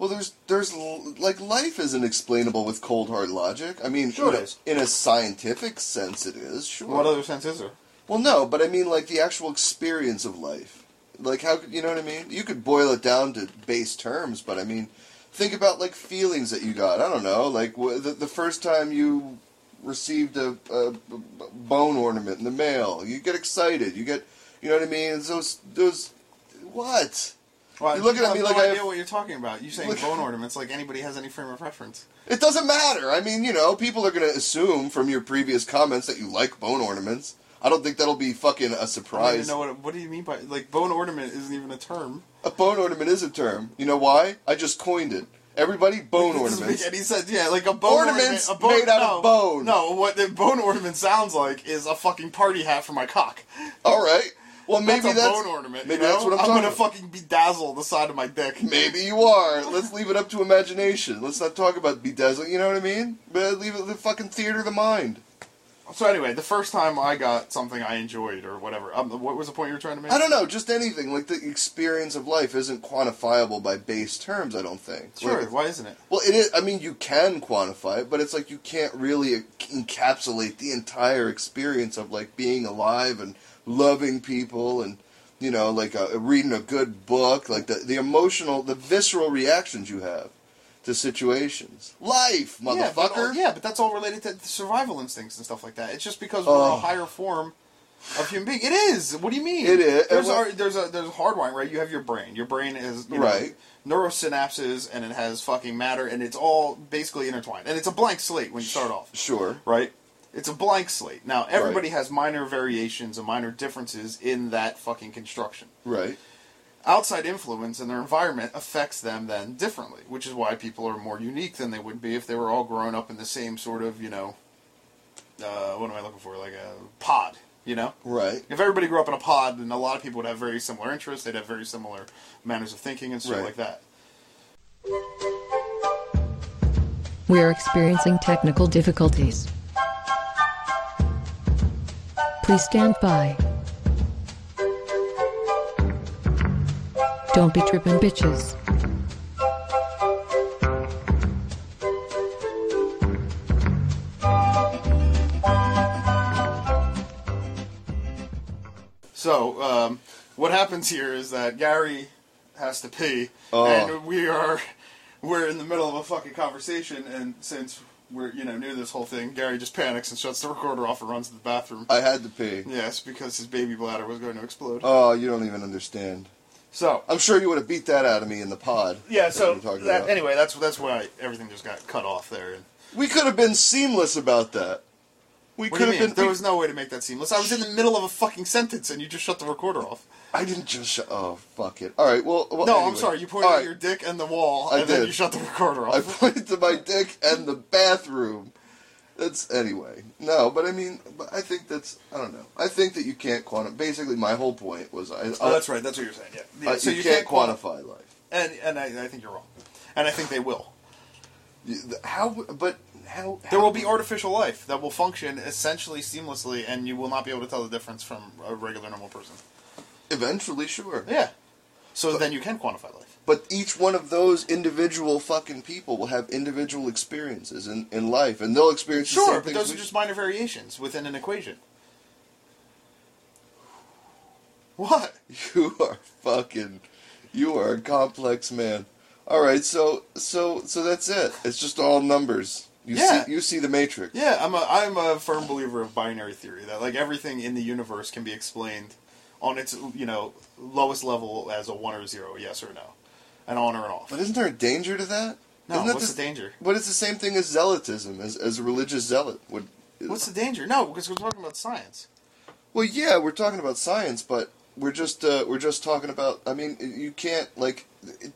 Well, there's, there's, l- like, life isn't explainable with cold hard logic. I mean,
Sure
in,
it
a,
is.
in a scientific sense, it is, sure.
What other sense is there?
Well, no, but I mean, like the actual experience of life. Like, how could you know what I mean? You could boil it down to base terms, but I mean, think about like feelings that you got. I don't know, like wh- the, the first time you received a, a b- b- bone ornament in the mail, you get excited. You get, you know what I mean? It's Those those what?
Well,
You're looking
I
at me
have
like
no
I
idea
have-
what you're talking about. You saying
Look-
bone ornaments like anybody has any frame of reference.
It doesn't matter. I mean, you know, people are going to assume from your previous comments that you like bone ornaments. I don't think that'll be fucking
I
a
don't even
surprise.
know what, what do you mean by like bone ornament isn't even a term.
A bone ornament is a term. You know why? I just coined it. Everybody, bone
It doesn't
ornaments.
Make any sense? Yeah, like a bone ornament,
Ornaments
a bone,
made out
no,
of bone.
No, what the bone ornament sounds like is a fucking party hat for my cock.
All right. Well, maybe
that's a
that's,
bone ornament.
Maybe
you know?
that's what I'm,
gonna
talking
fucking
about.
bedazzle the side of my dick.
Maybe you are. Let's leave it up to imagination. Let's not talk about bedazzle. You know what I mean? But leave it to the fucking theater of the mind.
So anyway, the first time I got something I enjoyed or whatever. Um, what was the point you were trying to make?
I don't know. Just anything. Like the experience of life isn't quantifiable by base terms. I don't think.
Sure.
Like,
Why isn't it?
well, it is. I mean, you can quantify it, but it's like you can't really e-, encapsulate the entire experience of like being alive and loving people and you know like uh reading a good book, like the the emotional, the visceral reactions you have to situations. Life,
Yeah, but, all-
motherfucker.
yeah, but that's all related to survival instincts and stuff like that. It's just because we're
Oh.
a higher form of human being. It is. What do you mean?
It is.
There's
And what-
our, there's a there's a hardwiring right. You have your brain. Your brain is you
Right.
Know, neurosynapses and it has fucking matter and it's all basically intertwined and it's a blank slate when you start off
Sure.
right? It's a blank slate. Now everybody has minor variations and minor differences in that fucking construction.
Right.
Outside influence and their environment affects them then differently, which is why people are more unique than they would be if they were all grown up in the same sort of you know, uh, what am I looking for? Like a pod, you know.
Right.
If everybody grew up in a pod, then a lot of people would have very similar interests. They'd have very similar manners of thinking and stuff
Right.
like that.
We are experiencing technical difficulties. Please stand by. Don't be trippin' bitches.
So, um, what happens here is that Gary has to pee,
Oh.
and we are we're in the middle of a fucking conversation, and since we're you know new to this whole thing, Gary just panics and shuts the recorder off and runs to the bathroom.
I had to pee.
Yes, because his baby bladder was going to explode.
Oh, you don't even understand.
So uh,
I'm sure you would have beat that out of me in the pod.
yeah,
That's
so
what you're talking
that,
about.
anyway, that's that's why everything just got cut off there. And,
We could have been seamless about that. We
what do
could
you
have
mean?
been.
there was no way to make that seamless. I was in the middle of a fucking sentence, and you just shut the recorder off.
I didn't just. Sh- oh fuck it! All right. Well. well
No, I'm
anyway.
sorry. You pointed
All
at
right,
your dick and the wall,
I
and then
did.
you shut the recorder off.
I pointed to my dick and the bathroom. That's anyway. No, but I mean, but I think that's. I don't know. I think that you can't quantify. Basically, my whole point was. I,
Oh, that's right. That's what you're saying. Yeah.
I-
Yeah, so
you, can't, quantify life.
And and I, I think you're wrong. And I think they will.
You- th- How? But how?
There
how-
will be artificial life that will function essentially seamlessly, and you will not be able to tell the difference from a regular normal person.
eventually, sure.
Yeah. So then you can quantify life.
But each one of those individual fucking people will have individual experiences in, in life, and they'll experience the same
Sure, but
things
those are
we-
just minor variations within an equation. What?
You are fucking. You are a complex man. All right, so so so that's it. It's just all numbers. You
Yeah.
see, you see the matrix.
Yeah, I'm a I'm a firm believer of binary theory that like everything in the universe can be explained on its you know lowest level as a one or a zero, a yes or a no, an on or an off.
But isn't there a danger to that?
No,
Isn't that
what's
the-
the danger?
But it's the same thing as zealotism, as as a religious zealot would.
What's the danger? No, because we're talking about science.
Well, yeah, we're talking about science, but we're just uh, we're just talking about. I mean, you can't like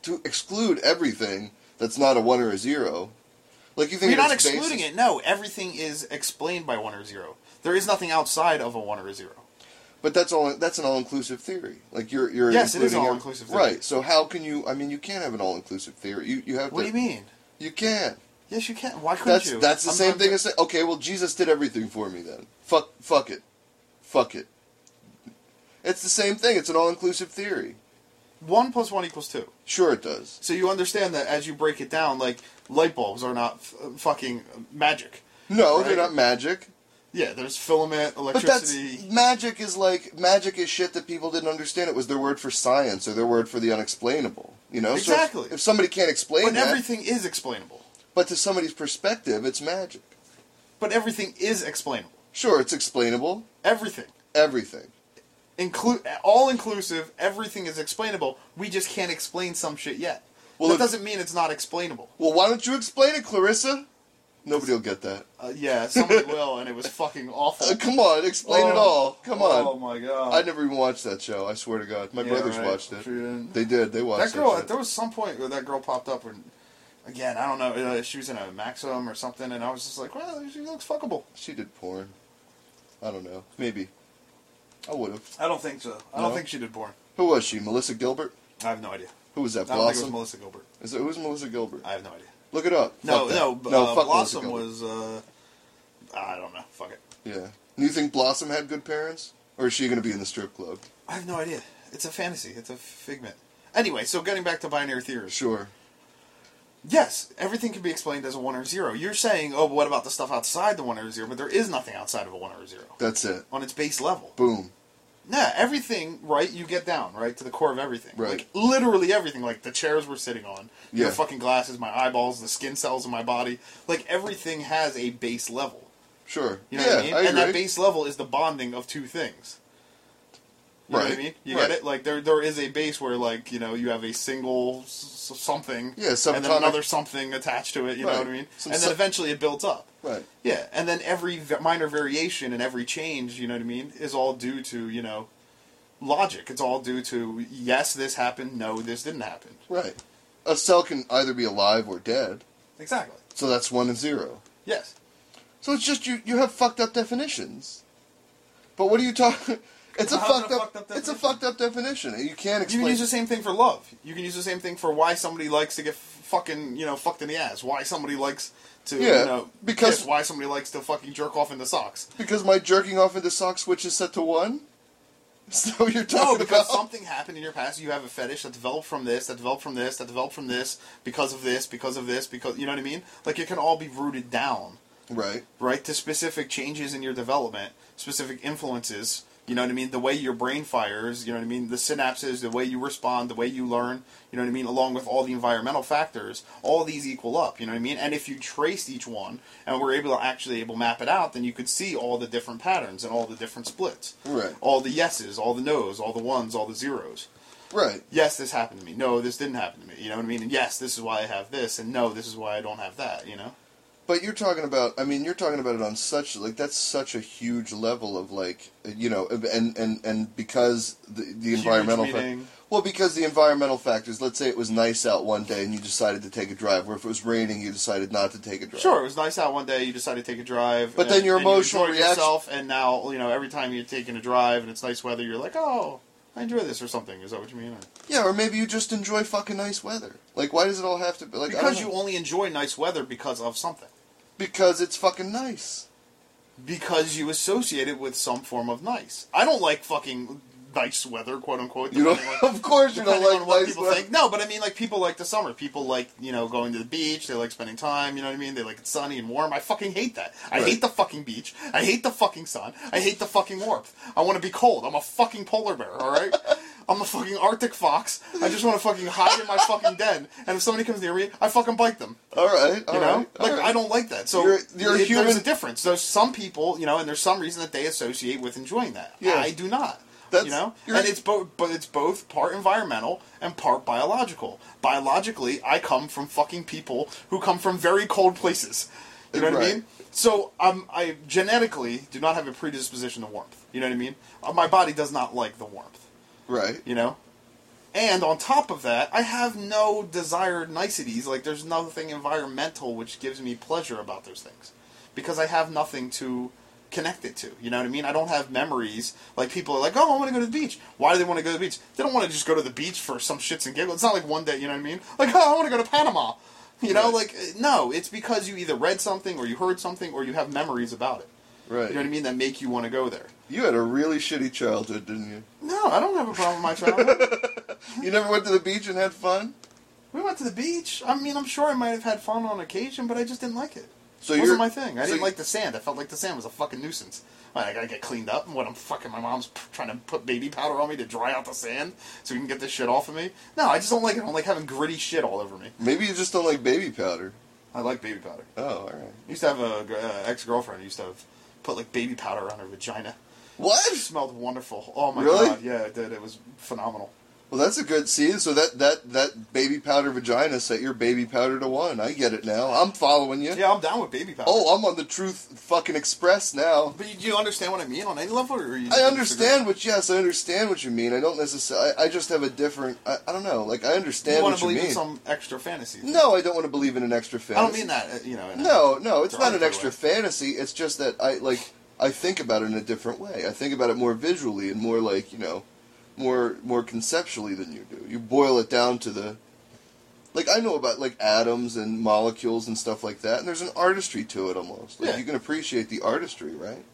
to exclude everything that's not a one or a zero. Like you think
You're
at
not
its
excluding
basis-
it. No, everything is explained by one or zero. There is nothing outside of a one or a zero.
But that's all. That's an all-inclusive theory. Like you're you're
Yes, it is
including
an all-inclusive theory.
Right. So how can you? I mean, you can't have an all-inclusive theory. You you have.
What
to,
do you mean?
You can.
Yes, you can. Why couldn't
That's
you?
that's the
I'm
same
not-
thing as saying, okay, well, Jesus did everything for me then. Fuck fuck it, fuck it. It's the same thing. It's an all-inclusive theory.
one plus one equals two.
Sure, it does.
So you understand that as you break it down, like light bulbs are not f- uh, fucking magic.
No,
Right.
they're not magic.
Yeah, there's filament,
But
electricity.
that's magic is like magic is shit that people didn't understand. It was their word for science or their word for the unexplainable. You know, So if-
Exactly.
if, somebody can't explain
But
that,
everything is explainable.
but to somebody's perspective, it's magic.
But everything is explainable.
Sure, it's explainable.
Everything.
Everything.
Inclu- all inclusive, everything is explainable. We just can't explain some shit yet. Well,
Well,
that
if-
doesn't mean it's not explainable.
Well, why don't you explain it, Clarissa? Nobody will get that.
Uh, yeah, somebody will, and it was fucking awful.
Uh, come on, explain it
Oh,
all. Come
Oh
on.
my god.
I never even watched that show. I swear to God, my
Yeah,
brothers
right.
watched
I'm
it.
sure you didn't.
They did. They watched
that girl,
That
there
show.
was some point where that girl popped up, and again, I don't know, uh, she was in a Maxim or something, and I was just like, well, she looks fuckable.
She did porn. I don't know. Maybe. I would have.
I don't think so. I don't
No?
think she did born.
Who was she? Melissa Gilbert.
I have no idea.
Who was that?
I don't think it was
Blossom.
Melissa Gilbert.
Is it, who's Melissa Gilbert?
I have no idea.
Look it up.
No,
Fuck that.
no, b-
no.
uh,
fuck
Blossom
Melissa Gilbert.
was. Uh, I don't know. Fuck it.
Yeah. Do you think Blossom had good parents, or is she going to be in the strip club?
I have no idea. It's a fantasy. It's a figment. Anyway, so getting back to binary theory.
Sure.
Yes, everything can be explained as a one or zero. You're saying, oh, but what about the stuff outside the one or zero? But there is nothing outside of a one or zero
That's it.
on its base level.
Boom.
Nah, everything, right? You get down, right, to the core of everything.
Right.
Like literally everything, like the chairs we're sitting on, your
Yeah.
fucking glasses, my eyeballs, the skin cells in my body. Like everything has a base level.
Sure.
You know
yeah,
what I mean?
agree.
and that base level is the bonding of two things. You know what
Right.
I mean? You
Right.
get it? Like there, there is a base where like you know you have a single s- s- something,
Yeah,
and
subatomic-
then another something attached to it. You know
Right.
what I mean?
Some
and then
sub-
eventually it builds up.
Right.
Yeah, and then every v- minor variation and every change, you know what I mean, is all due to you know logic. It's all due to yes, this happened. No, this didn't happen.
Right. A cell can either be alive or dead,
Exactly.
so that's one and zero.
Yes.
So it's just you. You have fucked up definitions. But what are you talking? It's a
How's it
fucked
a
up.
fucked up
it's a
definition?
fucked up definition. and You can't
You
explain.
can use the same thing for love. You can use the same thing for why somebody likes to get fucking, you know, fucked in the ass. Why somebody likes to,
Yeah,
you know,
because-
kiss. why somebody likes to fucking jerk off in the socks.
because my jerking off into sock switch is set to one. Is that what you're talking
No, because
about?
something happened in your past. You have a fetish that developed from this, that developed from this, that developed from this, because of this, because of this, because you know what I mean. Like it can all be rooted down,
Right.
right, to specific changes in your development, specific influences. You know what I mean? The way your brain fires, you know what I mean? The synapses, the way you respond, the way you learn, you know what I mean? Along with all the environmental factors, all these equal up, you know what I mean? And if you traced each one and were able to actually able map it out, then you could see all the different patterns and all the different splits.
Right.
All the yeses, all the nos, all the ones, all the zeros.
Right.
Yes, this happened to me. No, this didn't happen to me. You know what I mean? And yes, this is why I have this, and no, this is why I don't have that, you know?
But you're talking about, I mean, you're talking about it on such like that's such a huge level of like you know, and and and because the the environmental fac-
meaning.
well, because the environmental factors. Let's say it was nice out one day and you decided to take a drive, or if it was raining, you decided not to take a drive.
Sure, it was nice out one day. You decided to take a drive,
But then your
and you
emotional
enjoyed
reaction-
yourself, and now you know every time you're taking a drive and it's nice weather, you're like, oh, I enjoy this or something. Is that what you mean? Or-
Yeah, or maybe you just enjoy fucking nice weather. Like, why does it all have to be like? I
Because
don't
you
know.
only enjoy nice weather because of something.
because it's fucking nice.
Because you associate it with some form of nice. I don't like fucking nice weather, quote unquote.
You don't,
depending on-
of course, you don't
depending
like
on what
nice
people
weather.
think. No, but I mean, like people like the summer. People like you know going to the beach. They like spending time. You know what I mean? They like it sunny and warm. I fucking hate that. I
Right.
hate the fucking beach. I hate the fucking sun. I hate the fucking warmth. I want to be cold. I'm a fucking polar bear. All right. I'm a fucking Arctic fox. I just want to fucking hide in my fucking den. And if somebody comes near me, I fucking bite them.
All right, all
You know,
right, all
like
right.
I don't like that. So
You're- you're a
it-
human-
There's a difference. There's some people, you know, and there's some reason that they associate with enjoying that.
Yeah.
I do not.
That's-
you know,
you're-
and it's both, but it's both part environmental and part biological. Biologically, I come from fucking people who come from very cold places. You know what I
Right.
mean? So um, I genetically do not have a predisposition to warmth. You know what I mean? Uh, My body does not like the warmth
Right.
you know and on top of that i have no desired niceties like there's nothing environmental which gives me pleasure about those things because i have nothing to connect it to you know what i mean i don't have memories like people are like oh i want to go to the beach why do they want to go to the beach they don't want to just go to the beach for some shits and giggles it's not like one day you know what i mean like oh i want to go to panama you know
Right.
like uh, no it's because you either read something or you heard something or you have memories about it
Right.
you know what i mean that make you want to go there
You had a really shitty childhood, didn't you?
no i don't have a problem with my childhood
You never went to the beach and had fun.
We went to the beach. I mean, I'm sure I might have had fun on occasion, but I just didn't like it.
So
it
you're-
wasn't my thing. I
so
didn't
you-
like the sand. I felt like the sand was a fucking nuisance. Like, I gotta get cleaned up, and what I'm fucking my mom's p- trying to put baby powder on me to dry out the sand so we can get this shit off of me. No, I just don't like it. I don't like having gritty shit all over me.
Maybe you just don't like baby powder.
I like baby powder.
Oh, all right.
I used to have a gr- uh, ex girlfriend who used to have put like baby powder on her vagina. It
What?
smelled wonderful. Oh my
Really?
god, yeah, it did. It was phenomenal.
Well, that's a good scene. So that that that baby powder vagina set your baby powder to one. I get it now. I'm following you.
Yeah, I'm down with baby powder.
Oh, I'm on the truth fucking express now.
but you, do you understand what I mean on any level? Or you
I understand what yes, I understand what you mean. I don't necessarily. I, I just have a different. I, I don't know. Like I understand
You want
what
to
you
believe
mean.
in some extra fantasy?
no, I don't want to believe in an extra
I
fantasy.
don't mean that. uh, You know. in a-
No, no, it's
They're
not
all
an
that
extra
way.
fantasy. It's just that I like I think about it in a different way. I think about it more visually and more like you know, more more conceptually than you do. You boil it down to the like I know about like atoms and molecules and stuff like that, and there's an artistry to it almost. Like
Yeah.
you can appreciate the artistry, right?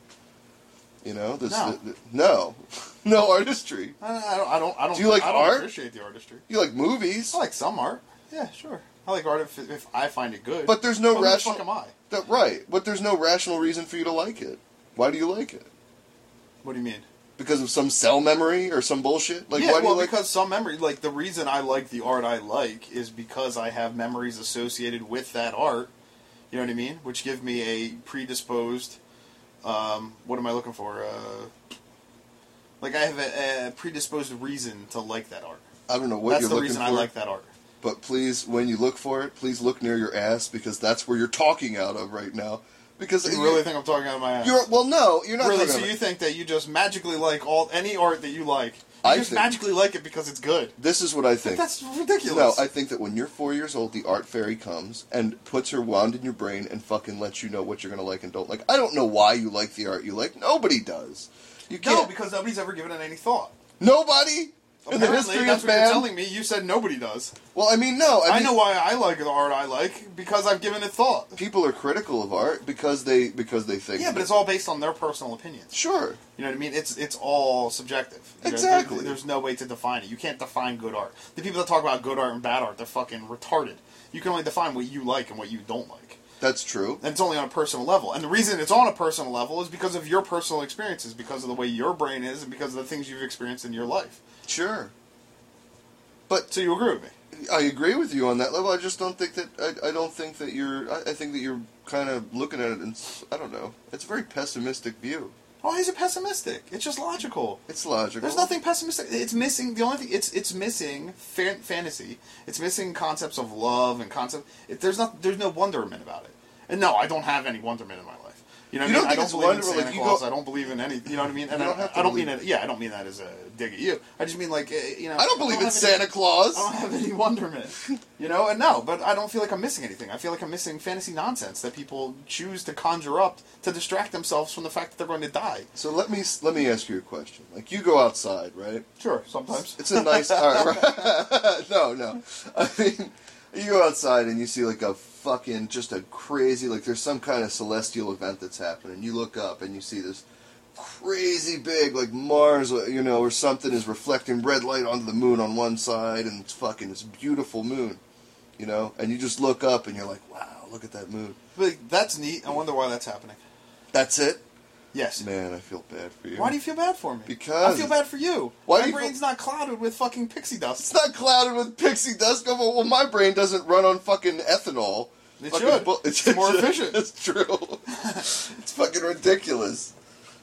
You know, this
No.
the- the- no, no artistry.
I don't. I don't. I don't, I don't
Do you like
I don't
art?
Appreciate the artistry.
You like movies,
I like some art. Yeah, sure. I like art if, if I find it good.
but there's no
who the
rational.
fuck am I?
That, right, but there's no rational reason for you to like it. Why do you like it?
What do you mean?
because of some cell memory or some bullshit? Like,
yeah,
why do
well,
you like?
because some memory, like the reason I like the art I like is because I have memories associated with that art. You know what I mean? Which give me a predisposed. Um, what am I looking for? Uh, like I have a, a predisposed reason to like that art.
I don't know what
That's
you're
the
looking
reason
for.
I like that art.
But please, when you look for it, please look near your ass because that's where you're talking out of right now. Because
You
you-
really think I'm talking out of my ass?
you're well, no, you're not.
really?
talking
So
about-
you think that you just magically like all any art that you like? You
I
just
think-
magically like it because it's good.
this is what I think.
That's
no,
ridiculous.
I think that when you're four years old, the art fairy comes and puts her wand in your brain and fucking lets you know what you're gonna like and don't like. I don't know why you like the art you like. Nobody does. You
No,
can't.
because nobody's ever given it any thought.
nobody in the
Apparently,
history
that's
of
what you're
man.
telling me. You said nobody does.
well, I mean, no. I,
I,
mean,
know why I like the art I like because I've given it thought.
people are critical of art because they because they think.
Yeah, but it's all based on their personal opinions.
Sure.
You know what I mean? It's it's all subjective. You know, there-
Exactly.
there's no way to define it. You can't define good art. The people that talk about good art and bad art, they're fucking retarded. You can only define what you like and what you don't like.
That's true.
and it's only on a personal level. And the reason it's on a personal level is because of your personal experiences, because of the way your brain is, and because of the things you've experienced in your life.
Sure. But
So you agree with me?
I agree with you on that level. I just don't think that I, I don't think that you're I, I think that you're kind of looking at it and s- I don't know. It's a very pessimistic view.
Why Oh, is it pessimistic? It's just logical.
It's logical.
There's nothing pessimistic. It's missing the only thing. It's it's missing fan, fantasy. It's missing concepts of love and concept. It, there's not. There's no wonderment about it. And no, I don't have any wonderment in my life. You know what
You
I mean?
don't
I
think
don't
it's
believe in
wonderful,
Santa
like, you
Claus.
go-
I don't believe in any. You know what I mean? And
You
I
don't
don't,
have to
I don't mean
believe.
it. Yeah, I don't mean that as a dig at you. I just mean like uh, you know.
I don't believe in
have any-
Santa Claus.
I don't have any wonderment, you know. And no, but I don't feel like I'm missing anything. I feel like I'm missing fantasy nonsense that people choose to conjure up to distract themselves from the fact that they're going to die.
So let me s- let me ask you a question. Like you go outside, right?
Sure, sometimes.
It's a nice. all right, right. no, no. I mean, you go outside and you see like a fucking just a crazy like there's some kind of celestial event that's happening. You look up and you see this crazy big, like Mars, uh, you know, or something is reflecting red light onto the moon on one side, and it's fucking this beautiful moon, you know, and you just look up and you're like, wow, look at that moon.
But that's neat. I wonder why that's happening.
That's it.
Yes.
Man, I feel bad for you.
Why do you feel bad for me?
Because-
I feel bad for you.
Why do
My
you
brain's not clouded with fucking pixie
It's
dust.
not clouded with pixie dust. Go, Well, my brain doesn't run on fucking ethanol.
It
fucking
should.
it's,
It's more efficient.
It's true. it's fucking ridiculous.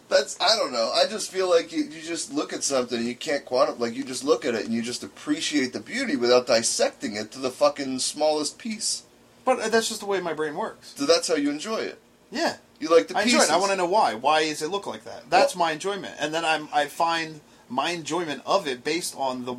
That's I don't know. I just feel like you, you just look at something and you can't quantify. Like you just look at it and you just appreciate the beauty without dissecting it to the fucking smallest piece.
But uh, that's just the way my brain works.
So that's how you enjoy it.
Yeah.
You like the
I enjoy
pieces.
it. I want to know why. Why does it look like that? That's my enjoyment, and then I'm I find my enjoyment of it based on the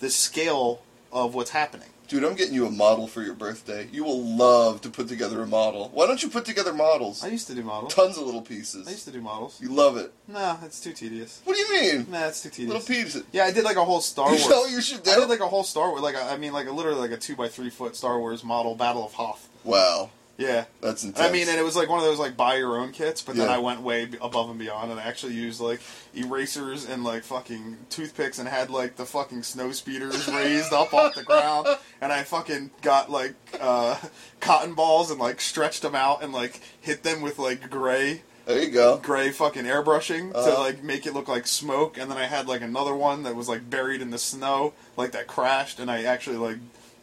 the scale of what's happening.
Dude, I'm getting you a model for your birthday. You will love to put together a model. Why don't you put together models?
I used to do models.
Tons of little
I used
pieces.
to do models.
You love it.
Nah, it's too tedious.
What do you mean?
Nah, it's too tedious.
Little pieces.
Yeah, I did like a whole Star Wars.
You know what you should do?
I did like a whole Star Wars. Like a, I mean, like a literally like a two by three foot Star Wars model Battle of Hoth.
wow,
Yeah.
that's
And
intense.
I mean, and it was like one of those like buy your own kits, but then
Yeah.
I went way b- above and beyond, and I actually used like erasers and like fucking toothpicks, and had like the fucking snow speeders raised up off the ground, and I fucking got like uh, cotton balls and like stretched them out and like hit them with like gray
there you go.
gray fucking airbrushing to
Uh-huh.
like make it look like smoke and then I had like another one that was like buried in the snow like that crashed and I actually like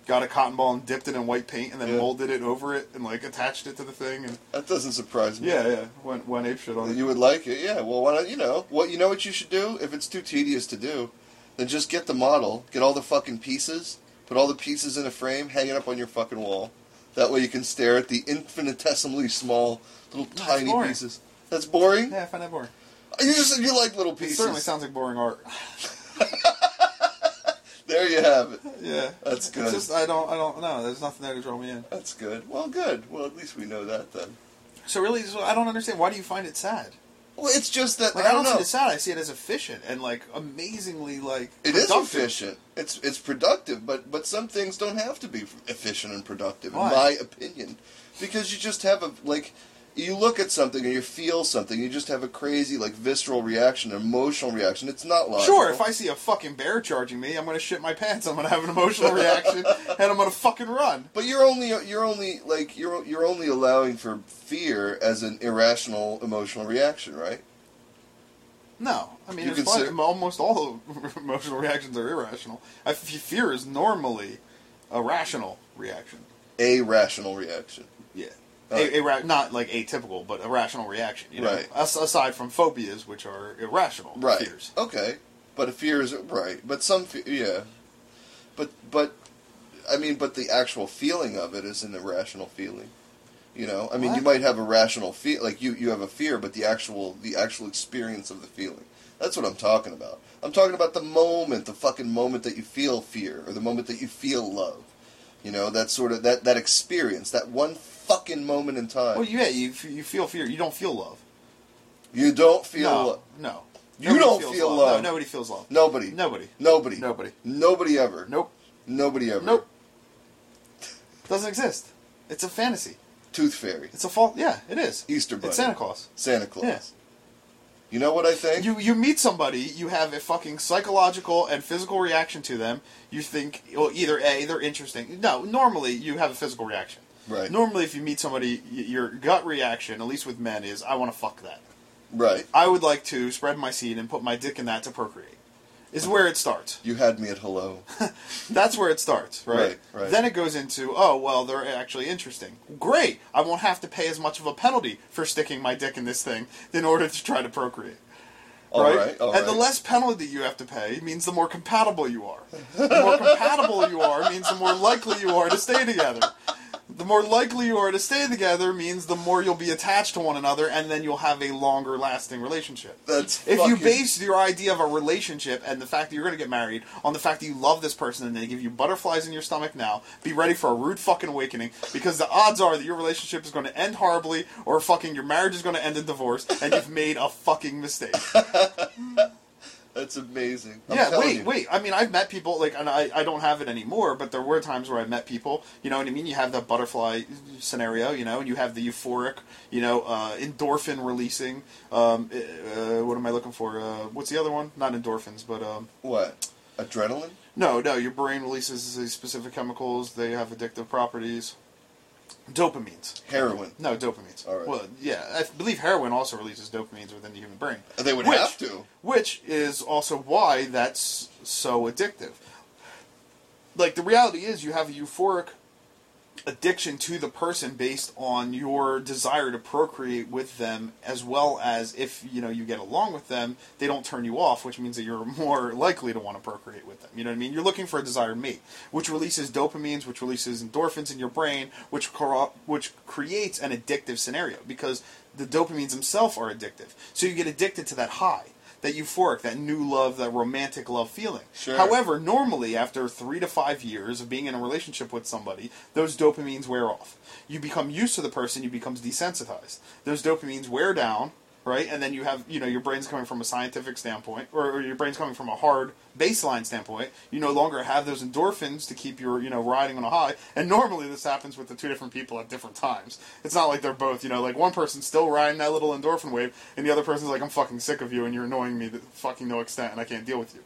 got a cotton ball and dipped it in white paint and then
Yeah.
molded it over it and like attached it to the thing and
That doesn't surprise me.
yeah yeah went went ape shit on it.
you would like it. Yeah. Well, why not? You know what? You know what you should do if it's too tedious to do, then just get the model, get all the fucking pieces, put all the pieces in a frame, hang it up on your fucking wall. That way you can stare at the infinitesimally small little tiny
boring.
pieces. That's boring.
Yeah, I find that boring.
You just you like little
It
pieces.
certainly sounds like boring art.
there you have it.
Yeah,
That's good.
It's just I don't I don't know. There's nothing there to draw me in.
That's good. Well, good. Well, at least we know that then.
So really, so I don't understand. Why do you find it sad?
Well, it's just that
Like
I
I
don't
don't
know.
see it sad. I see it as efficient and like amazingly like
It is
productive.
efficient. It's it's productive, but but some things don't have to be efficient and productive,
Why?
in my opinion, because you just have a like. You look at something and you feel something. You just have a crazy, like, visceral reaction, emotional reaction. It's not logical.
Sure, if I see a fucking bear charging me, I'm gonna shit my pants. I'm gonna have an emotional reaction, and I'm gonna fucking run.
But you're only you're only like you're you're only allowing for fear as an irrational emotional reaction, right?
No, I mean,
You
it's
consider-
fun. almost all emotional reactions are irrational. I f- fear is normally a rational reaction.
A rational reaction.
Yeah,
Right.
a, a ra- not like atypical, but a rational reaction. You know,
Right.
As- aside from phobias, which are irrational
Right.
fears.
Okay. But a fear is right. But some fe- yeah. But but I mean but the actual feeling of it is an irrational feeling. You know? I mean you
What?
might have a rational feel like you you have a fear but the actual the actual experience of the feeling. That's what I'm talking about. I'm talking about the moment, the fucking moment that you feel fear or the moment that you feel love. You know, that sort of that that experience, that one fucking moment in time.
Well,
you,
yeah, you, f- you feel fear. You don't feel love.
don't feel
no,
lo-
no.
You don't
feels
feel love.
No, nobody feels love.
nobody.
Nobody.
Nobody.
Nobody.
Nobody ever.
Nope.
Nobody ever.
Nope. Doesn't exist. It's a fantasy.
Tooth Fairy.
It's a fault. Yeah, it is.
Easter Bunny.
It's Santa Claus.
Santa Claus.
Yeah.
You know what I think?
You you meet somebody, you have a fucking psychological and physical reaction to them. You think, well, either a they're interesting. No, normally you have a physical reaction.
Right.
Normally, if you meet somebody, y- your gut reaction, at least with men, is I want to fuck that.
right.
I would like to spread my seed and put my dick in that to procreate. Is where it starts.
You had me at hello.
That's where it starts, right?
Right, right.
Then it goes into, oh, well, they're actually interesting. Great! I won't have to pay as much of a penalty for sticking my dick in this thing in order to try to procreate.
All
right?
right, all
and the
right.
less penalty you have to pay means the more compatible you are. The more compatible you are means the more likely you are to stay together. The more likely you are to stay together means the more you'll be attached to one another, and then you'll have a longer lasting relationship.
That's
If you
fucking-
base your idea of a relationship and the fact that you're going to get married on the fact that you love this person and they give you butterflies in your stomach now, be ready for a rude fucking awakening because the odds are that your relationship is going to end horribly or fucking your marriage is going to end in divorce and you've made a fucking mistake.
That's It's amazing. I'm
yeah,
telling
wait,
you.
wait. I mean, I've met people like, and I, I don't have it anymore. But there were times where I met people. You know what I mean? You have the butterfly scenario, you know, and you have the euphoric, you know, uh, endorphin releasing. Um, uh, uh, what am I looking for? Uh, what's the other one? Not endorphins, but um,
What? Adrenaline?
no, no. Your brain releases these specific chemicals. They have addictive properties. Dopamines.
Heroin.
No, dopamines.
All right.
Well, yeah, I believe heroin also releases dopamines within the human brain.
They would
Which-
have to.
Which is also why that's so addictive. Like, the reality is, you have a euphoric addiction to the person based on your desire to procreate with them as well as if you know you get along with them they don't turn you off which means that you're more likely to want to procreate with them you know what i mean you're looking for a desired mate which releases dopamines which releases endorphins in your brain which corro- which creates an addictive scenario because the dopamines themselves are addictive so you get addicted to that high that euphoric, that new love, that romantic love feeling.
Sure.
However, normally after three to five years of being in a relationship with somebody, those dopamines wear off. You become used to the person, you become desensitized. Those dopamines wear down, right? And then you have, you know, your brain's coming from a scientific standpoint, or, or your brain's coming from a hard baseline standpoint. You no longer have those endorphins to keep your, you know, riding on a high. And normally this happens with the two different people at different times. It's not like they're both, you know, like one person's still riding that little endorphin wave, and the other person's like, I'm fucking sick of you, and you're annoying me to fucking no extent, and I can't deal with you.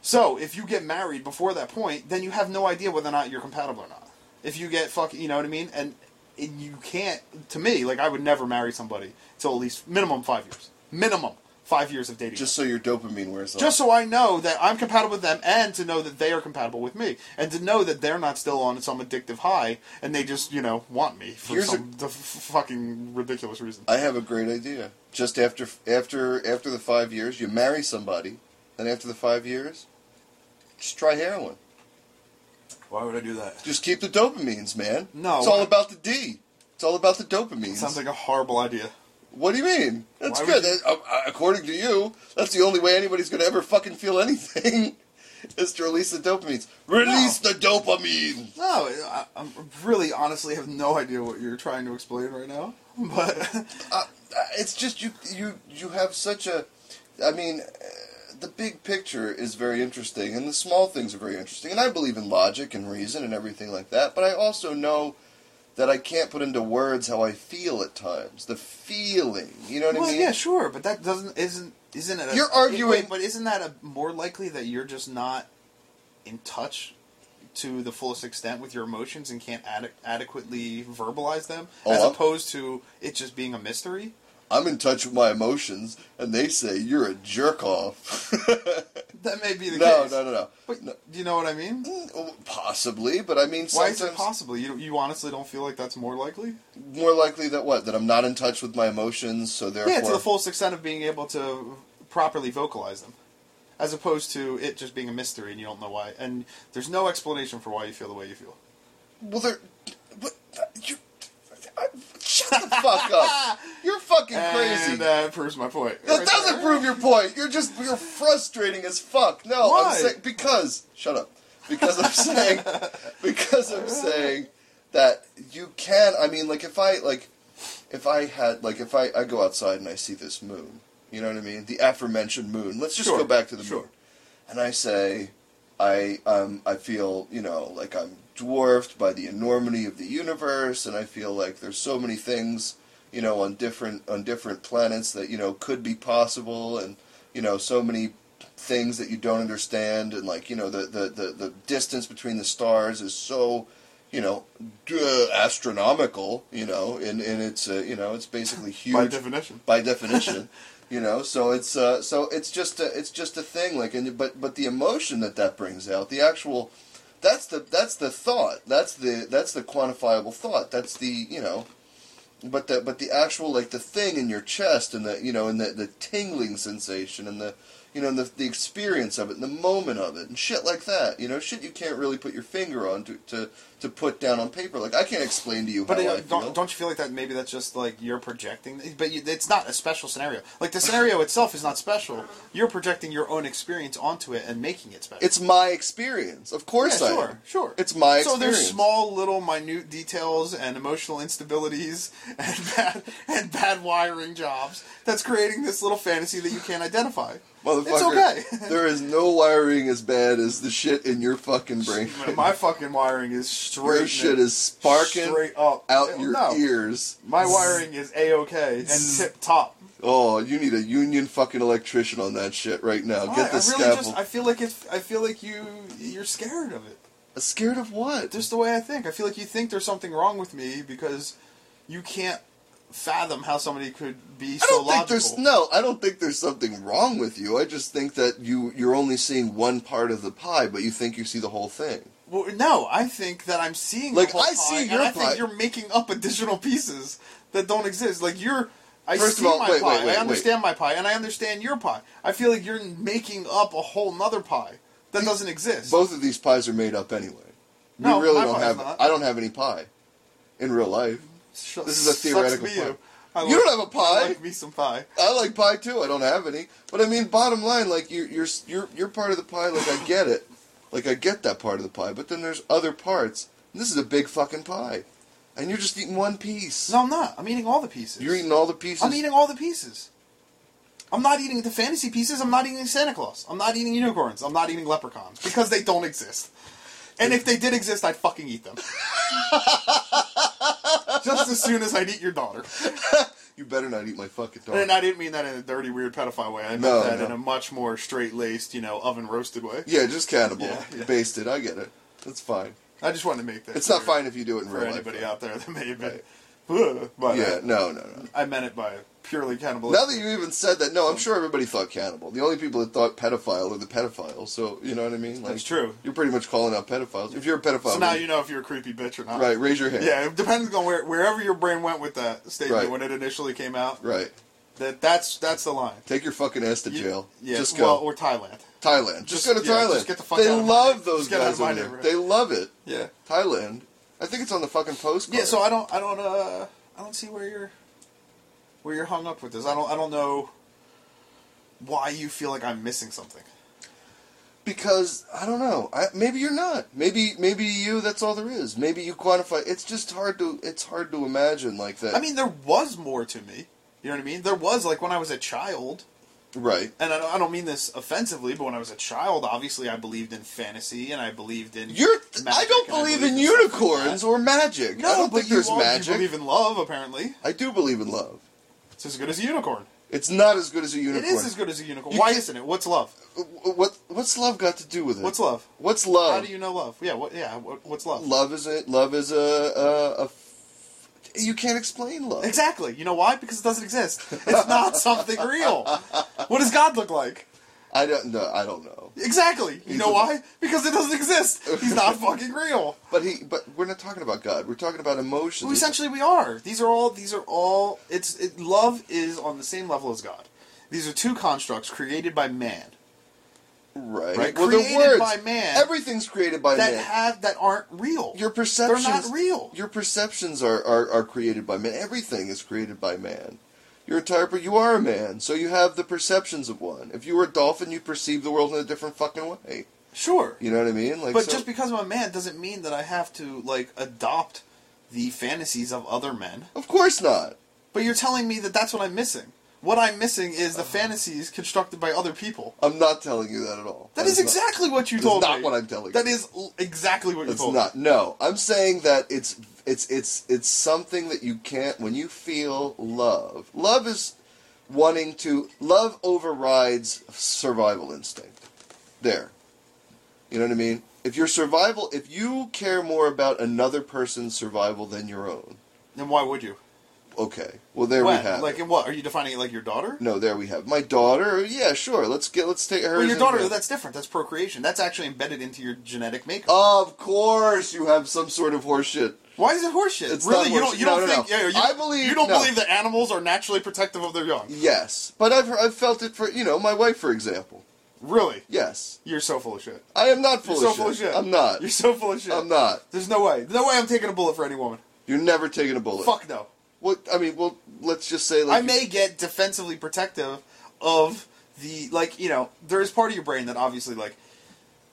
So if you get married before that point, then you have no idea whether or not you're compatible or not. If you get fucking, you know what I mean, and, and you can't. To me, like I would never marry somebody till at least minimum five years, minimum five years of dating.
Just so your dopamine wears off.
Just so I know that I'm compatible with them, and to know that they are compatible with me, and to know that they're not still on some addictive high, and they just you know want me for
Here's a-
some the f- fucking ridiculous reason.
I have a great idea. Just after after after the five years, you marry somebody, and after the five years, just try heroin.
Why would I do that?
Just keep the dopamines, man.
No.
it's all about the D. It's all about the dopamines.
Sounds like a horrible idea.
what do you mean? That's
Why
good.
would you-
That- uh, uh, according to you, that's the only way anybody's going to ever fucking feel anything is to release the dopamines. Release the dopamine.
No, I, I really honestly have no idea what you're trying to explain right now. But
uh, it's just you you you have such a i mean uh, the big picture is very interesting and the small things are very interesting and i believe in logic and reason and everything like that but i also know that i can't put into words how i feel at times the feeling you know what
well,
i mean
yeah, sure, but that doesn't isn't isn't it? A,
You're arguing-
wait, but isn't that a, more likely that you're just not in touch to the fullest extent with your emotions and can't ad- adequately verbalize them,
Oh,
as
I'm-
opposed to it just being a mystery?
i'm in touch with my emotions and they say you're a jerk off
That may be the
no no
case.
no no
But
No.
do you know what I mean?
Mm, possibly but i mean
Why
sometimes
is it possible? You you honestly don't feel like that's more likely?
more likely that what that i'm not in touch with my emotions so therefore
Yeah, to the fullest extent of being able to properly vocalize them, as opposed to it just being a mystery and you don't know why. And there's no explanation for why you feel the way you feel.
Well, they're. What? You, I, shut the fuck up! You're fucking crazy.
And uh, that proves my point.
that
Right
doesn't
there.
prove your point. You're just you're frustrating as fuck. No,
Why?
I'm saying because shut up. Because I'm saying because I'm saying that you can. I mean, like if I like if I had like if I I go outside and I see this moon. You know what I mean? The aforementioned moon. Let's just
Sure,
go back to the
sure.
moon. And I say, I um I feel you know like I'm dwarfed by the enormity of the universe, and I feel like there's so many things you know on different on different planets that you know could be possible, and you know so many things that you don't understand, and like you know the the the, the distance between the stars is so you know duh, astronomical, you know, and and it's uh, you know it's basically huge
By definition.
by definition you know so it's uh, so it's just a, it's just a thing like and but but the emotion that that brings out the actual that's the that's the thought that's the that's the quantifiable thought that's the you know but the but the actual like the thing in your chest and the you know and the the tingling sensation and the you know and the the experience of it and the moment of it and shit like that you know shit you can't really put your finger on to to, to put down on paper like I can't explain to you
But
how I
uh,
feel.
don't, don't you feel like that maybe that's just like you're projecting? But you, it's not a special scenario. Like the scenario itself is not special. You're projecting your own experience onto it and making it special.
It's my experience. Of course
yeah,
I am.
sure, sure.
It's my
So
experience.
there's small, little, minute details and emotional instabilities and bad and bad wiring jobs that's creating this little fantasy that you can't identify.
Motherfucker.
It's okay.
there is no wiring as bad as the shit in your fucking brain.
My fucking wiring is straight.
Your shit is sparking
straight up
out your
No.
ears.
My wiring is a okay and tip top.
Oh, you need a union fucking electrician on that shit right now.
Why?
Get the
I really
scaffold.
just I feel like it's I feel like you you're scared of it.
Scared of what?
Just the way I think. I feel like you think there's something wrong with me because you can't fathom how somebody could be
I
so
don't
logical.
think there's no. I don't think there's something wrong with you. I just think that you you're only seeing one part of the pie, but you think you see the whole thing.
Well, no, I think that I'm seeing
Like,
the whole
I see
pie, and
your
I
pie.
think you're making up additional pieces that don't exist. Like you're, I
First of
see
all,
my
wait,
pie,
wait, wait,
I understand my pie, and I understand your pie. I feel like you're making up a whole nother pie that doesn't exist.
Both of these pies are made up anyway. We
No,
really
my
don't
pie's
have.
not.
I don't have any pie in real life.
Sh-
this is a
sucks
theoretical
to be
pie.
You, I
You don't have a pie?
I like me some pie.
I like pie too. I don't have any, but I mean, bottom line, like you're you're you're you're part of the pie. Like I get it. Like I get that part of the pie, but then there's other parts. And this is a big fucking pie, and you're just eating one piece.
No, I'm not. I'm eating all the pieces.
You're eating all the pieces.
I'm eating all the pieces. I'm not eating the fantasy pieces. I'm not eating Santa Claus. I'm not eating unicorns. I'm not eating leprechauns because they don't exist. And if they did exist, I'd fucking eat them. Just as soon as I'd eat your daughter.
You better not eat my fucking dog.
And I didn't mean that in a dirty, weird pedophile way. I meant
Oh. No,
that
no.
in a much more straight laced, you know, oven roasted way.
Yeah, just cannibal.
Yeah, yeah.
Based it. I get it. That's fine.
I just wanted to make that
It's not
clear
fine if you do it in
for
real
anybody
life.
out there that may have been.
Right.
Ugh, But
Yeah,
yeah.
no, no, no.
I meant it by purely cannibalism.
Now that you even said that, no, I'm sure everybody thought cannibal. The only people that thought pedophile are the pedophiles. So you know what I mean? Like,
That's true.
You're pretty much calling out pedophiles. If you're a pedophile,
So now you know if you're a creepy bitch or not.
right? Raise your hand.
Yeah, it depends on where wherever your brain went with that statement
Right.
when it initially came out.
Right.
That that's that's the line.
Take your fucking ass to
You-
jail.
Yeah.
Just
Well,
go.
or Thailand.
Thailand. Just,
just-
go to
yeah,
Thailand.
just get the fuck
they
out of my-
love those
just get out
guys
of my
over there.
neighborhood.
They love it.
Yeah.
Thailand. I think it's on the fucking postcard.
Yeah. So I don't I don't uh I don't see where you're where you're hung up with this. I don't I don't know why you feel like I'm missing something.
because I don't know. I, maybe you're not. Maybe maybe you. That's all there is. Maybe you quantify. It's just hard to. It's hard to imagine like that.
I mean, there was more to me. You know what I mean? There was like when I was a child.
right.
And I don't, I don't mean this offensively, but when I was a child, obviously I believed in fantasy and I believed in.
You're. I
magic
don't
and
believe in
stuff like
unicorns
that.
or magic.
No,
I don't
but
think
you,
there's
all,
magic.
you believe in love, apparently.
I do believe in love.
It's as good as a unicorn.
It's not as good as a unicorn.
It is as good as a unicorn.
You
Why
can't-
isn't it? What's love?
What What's love got to do with it?
What's love?
What's love?
How do you know love? Yeah, what, yeah. What, what's love?
Oh. Love is a love is a, a, a f- you can't explain love.
Exactly. You know why? Because it doesn't exist. It's not something real. What does God look like?
I don't know. I don't know.
Exactly. You
He's
know
a-
why? Because it doesn't exist. He's not fucking real.
But he. But we're not talking about God. We're talking about emotions.
Well, essentially, we are. These are all. These are all. It's it, love is on the same level as God. These are two constructs created by man Right.
Right. Well, they're
Created
words.
by man.
Everything's created by
that
man.
have that aren't real.
your perceptions.
They're not real.
Your perceptions are, are, are created by man. Everything is created by man. Your entire per- you are a man, so you have the perceptions of one. If you were a dolphin, you perceive the world in a different fucking way.
sure.
You know what I mean? Like,
But
so-
just because I'm a man doesn't mean that I have to like adopt the fantasies of other men.
of course not.
But you're telling me that that's what I'm missing. What I'm missing is
Uh-huh.
the fantasies constructed by other people.
I'm not telling you that at all.
that is,
not-
exactly what you
that is
told me.
not what I'm telling
That
you.
is l- exactly what you
It's
told
not. No, I'm saying that it's it's it's it's something that you can't when you feel love. Love is wanting to love overrides survival instinct. There. You know what I mean? If your survival, if you care more about another person's survival than your own.
me. Then why would you?
Okay. Well, there
when?
we have.
like
it.
in what? Are you defining it like your daughter?
No, there we have. My daughter, yeah, sure. Let's get let's take her
Well, your daughter, that's different. That's procreation. That's actually embedded into your genetic makeup.
Of course you have some sort of horseshit.
Why is it horseshit?
It's
really,
not
you
horseshit.
don't. You
No,
don't
no, no.
think? Yeah, you,
I believe-
you don't
no.
believe that animals are naturally protective of their young.
Yes, but I've I've felt it for you know my wife for example.
Really,
Yes,
you're so full of shit.
I am not full,
You're so
of, shit.
full of shit.
I'm not.
You're so full of shit.
I'm not.
There's no way. No way I'm taking a bullet for any woman.
You're never taking a bullet.
Fuck no.
What I mean, well, let's just say like
I may get defensively protective of the like you know there is part of your brain that obviously like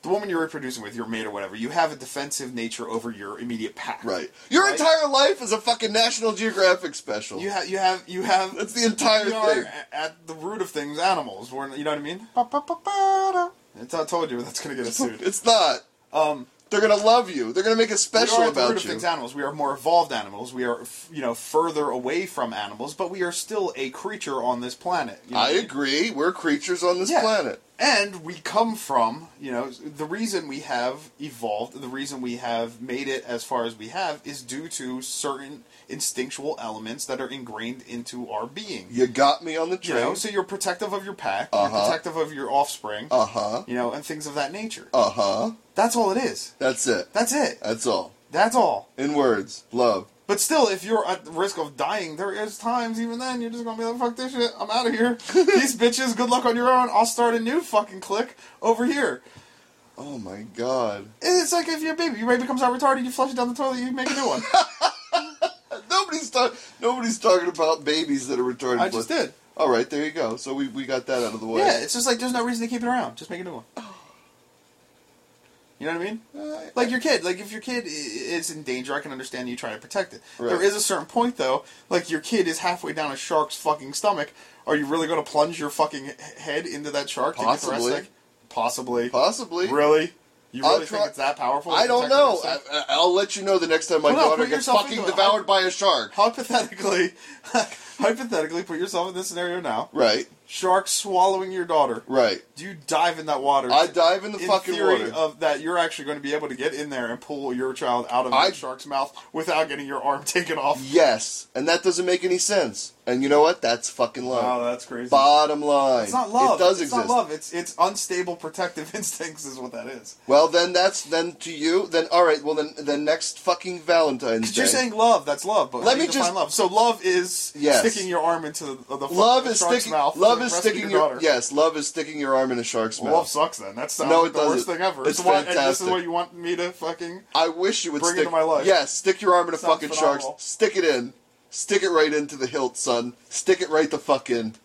the woman you're reproducing with, your mate or whatever, you have a defensive nature over your immediate pack.
Right. Your
Right?
entire life is a fucking National Geographic special.
You have you have you have
That's the entire
we are
thing.
a- at the root of things, animals. We're, you know what I mean? Ba, ba, ba, ba, da. It's- I told you that's gonna get us sued.
It's not.
Um,
They're gonna love you. They're gonna make a
we
special
are at the root
about
of
you.
things animals. We are more evolved animals. We are, f- you know, further away from animals, but we are still a creature on this planet. you know
I
what mean?
agree. We're creatures on this
Yeah.
planet.
And we come from, you know, the reason we have evolved, the reason we have made it as far as we have, is due to certain instinctual elements that are ingrained into our being.
You got me on the
You
train.
know, so you're protective of your pack,
Uh-huh.
you're protective of your offspring,
uh huh.
you know, and things of that nature.
Uh huh.
That's all it is.
That's it.
That's it.
That's all.
That's all.
In words, love.
But still, if you're at the risk of dying, there is times even then you're just gonna be like, "Fuck this shit, I'm out of here." These bitches, good luck on your own. I'll start a new fucking clique over here.
Oh my god.
And It's like if your baby, your baby comes out retarded, you flush it down the toilet, you make a new one.
Nobody's talking. Nobody's talking about babies that are retarded.
I just did.
All right, there you go. So we, we got that out of the way.
Yeah, it's just like there's no reason to keep it around. Just make a new one. You know what I mean?
Uh,
Like your kid, like if your kid i- is in danger, I can understand you trying to protect it. There
Right.
is a certain point though, like your kid is halfway down a shark's fucking stomach. Are you really going to plunge your fucking h- head into that shark? to get the rest
Possibly.
of it? Possibly.
possibly.
Really? You
I'll
really
try-
think it's that powerful? to
I don't
protect the
know.
rest
I,
of it?
I- I'll let you know the next time my
Well, no,
daughter
put
gets
yourself
fucking
into it.
devoured by a shark.
hypothetically, hypothetically, put yourself in this scenario now.
Right.
Shark swallowing your daughter.
Right.
Do you dive in that water?
I dive in the
in
fucking
theory
water.
of that you're actually going to be able to get in there and pull your child out of
I-
that shark's mouth without getting your arm taken off.
yes, and that doesn't make any sense. And you know what? That's fucking love.
Wow, that's crazy.
Bottom line,
it's not love.
It does
it's
exist.
not love. It's it's unstable protective instincts is what that is.
Well, then that's then to you. Then all right. Well, then then next fucking Valentine's
Because
Day.
you're saying love, that's love, but
Let
let me
me
define
just-
love. So love is
Yes.
sticking your arm into the, the, fuck-
love
the
is
shark's
sticking.
mouth.
love
to
is
rescue
sticking
your
your,
daughter.
yes. Love is sticking your arm in a shark's
Well,
mouth.
love sucks then. That sounds
No, it
like the worst
doesn't.
thing ever.
It's
why- and this
fantastic.
is what you want me to fucking.
I wish you would
Bring it
stick
to my life.
Yes, stick your arm in a
Sounds
fucking
phenomenal.
shark's. Stick it in. Stick it right into the hilt, son. Stick it right the fuck in.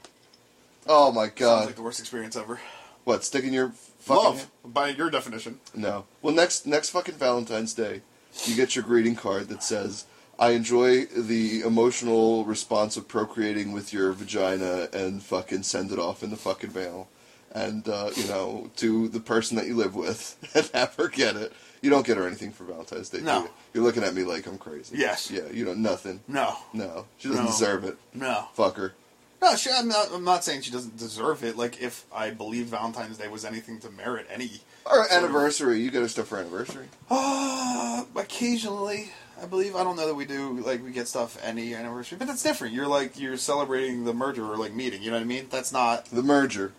Oh my
Sounds
god.
like the worst experience ever.
what? Sticking your fucking
love, by your definition.
No. Well, next next fucking Valentine's Day, you get your greeting card that says, "I enjoy the emotional response of procreating with your vagina," and fucking send it off in the fucking mail, and uh, you know to the person that you live with, and have her get it. You don't get her anything for Valentine's Day. do
No.
you? You're looking at me like I'm crazy.
Yes.
Yeah. You know nothing.
No,
No. She doesn't
No.
deserve it.
no,
Fuck her.
no. She, I'm not. I'm not saying she doesn't deserve it. Like if I believe Valentine's Day was anything to merit any.
Or
sort of-
anniversary. You get her stuff for anniversary.
Uh, occasionally, I believe. I don't know that we do. Like we get stuff any anniversary, but that's different. You're like you're celebrating the merger or like meeting. You know what I mean? That's not.
The merger.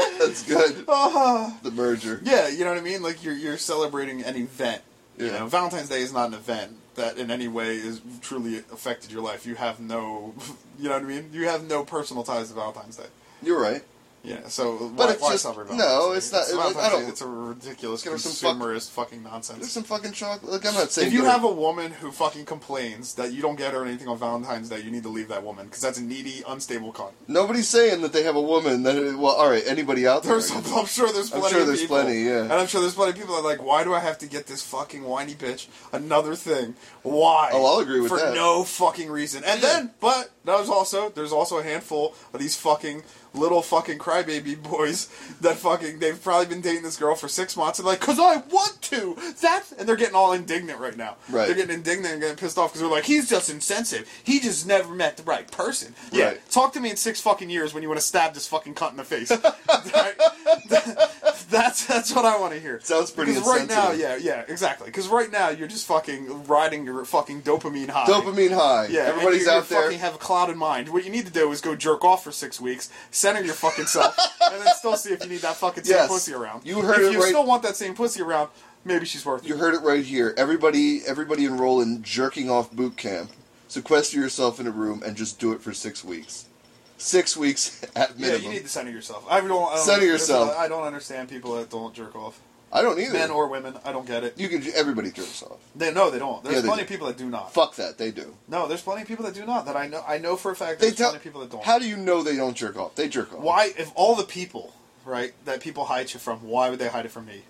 That's good. The merger.
Yeah, you know what I mean. Like you're you're celebrating an event. You
Yeah.
know, Valentine's Day is not an event that in any way is truly affected your life. You have no, you know what I mean. You have no personal ties to Valentine's Day.
You're right.
Yeah, so
But
why,
it's
why
just-
celebrate
no,
Valentine's Day?
it's not- I
Valentine's
don't-
Day, it's a ridiculous
Give her some fuck-
consumerist fucking
There's
nonsense.
some fucking chocolate. Look, I'm not saying.
If you
get
have a woman who fucking complains that you don't get her anything on Valentine's Day, you need to leave that woman because that's a needy, unstable cunt.
nobody's saying that they have a woman that. Well, all right, anybody out there?
There's, I'm sure there's
I'm
plenty.
sure
of
there's
people,
plenty, yeah.
And I'm sure there's plenty of people that are like, why do I have to get this fucking whiny bitch another thing? Why?
Oh, I'll agree with
for
that.
no fucking reason. And
Yeah.
then, but there's also there's also a handful of these fucking little fucking crybaby boys that fucking they've probably been dating this girl for six months and like, cause I want to. That's and they're getting all indignant right now.
Right.
They're getting indignant and getting pissed off because they're like, he's just insensitive. He just never met the right person. Yeah.
Right.
Talk to me in six fucking years when you want to stab this fucking cunt in the face. Right? that's that's what I want to hear.
Sounds pretty
Because right now, yeah,
insensitive.
yeah, exactly. Because right now you're just fucking riding your fucking dopamine high.
dopamine high.
Yeah, and
everybody's
you,
out
you
there.
Fucking have a cloud in mind. What you need to do is go jerk off for six weeks, center your fucking self, and then still see if you need that fucking same
Yes.
pussy around.
You heard
if
it
you
right-
still want that same pussy around, maybe she's worth
you
it.
heard it right here. Everybody, everybody enroll in jerking off boot camp. Sequester yourself in a room and just do it for six weeks. Six weeks at
Yeah,
minimum.
you need to center yourself. I don't, I don't
Center
there's a-
yourself.
I don't understand people that don't jerk off,
I don't either.
men or women. I don't get it.
you can. Everybody jerks off.
They no, they don't. There's
Yeah, they
plenty
do.
of people that do not.
Fuck that. They do.
No, there's plenty of people that do not. That I know. I know for a fact.
They
There's
tell
plenty of people that don't.
How do you know they don't jerk off? They jerk off.
Why, if all the people right, that people hide you from, why would they hide it from me?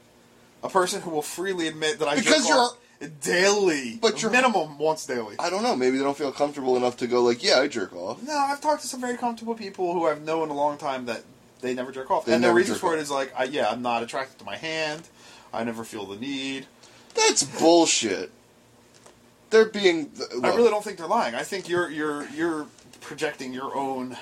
A person who will freely admit that I
Because
jerk
you're-
off daily,
But you're-
minimum once daily.
I don't know. Maybe they don't feel comfortable enough to go like, yeah, I jerk off.
No, I've talked to some very comfortable people who I've known a long time that they never jerk off,
They
and their
never
reasons
jerk
for it
off.
is like, I, yeah, I'm not attracted to my hand. I never feel the need.
That's bullshit. They're being.
I really don't think they're lying. I think you're you're you're projecting your own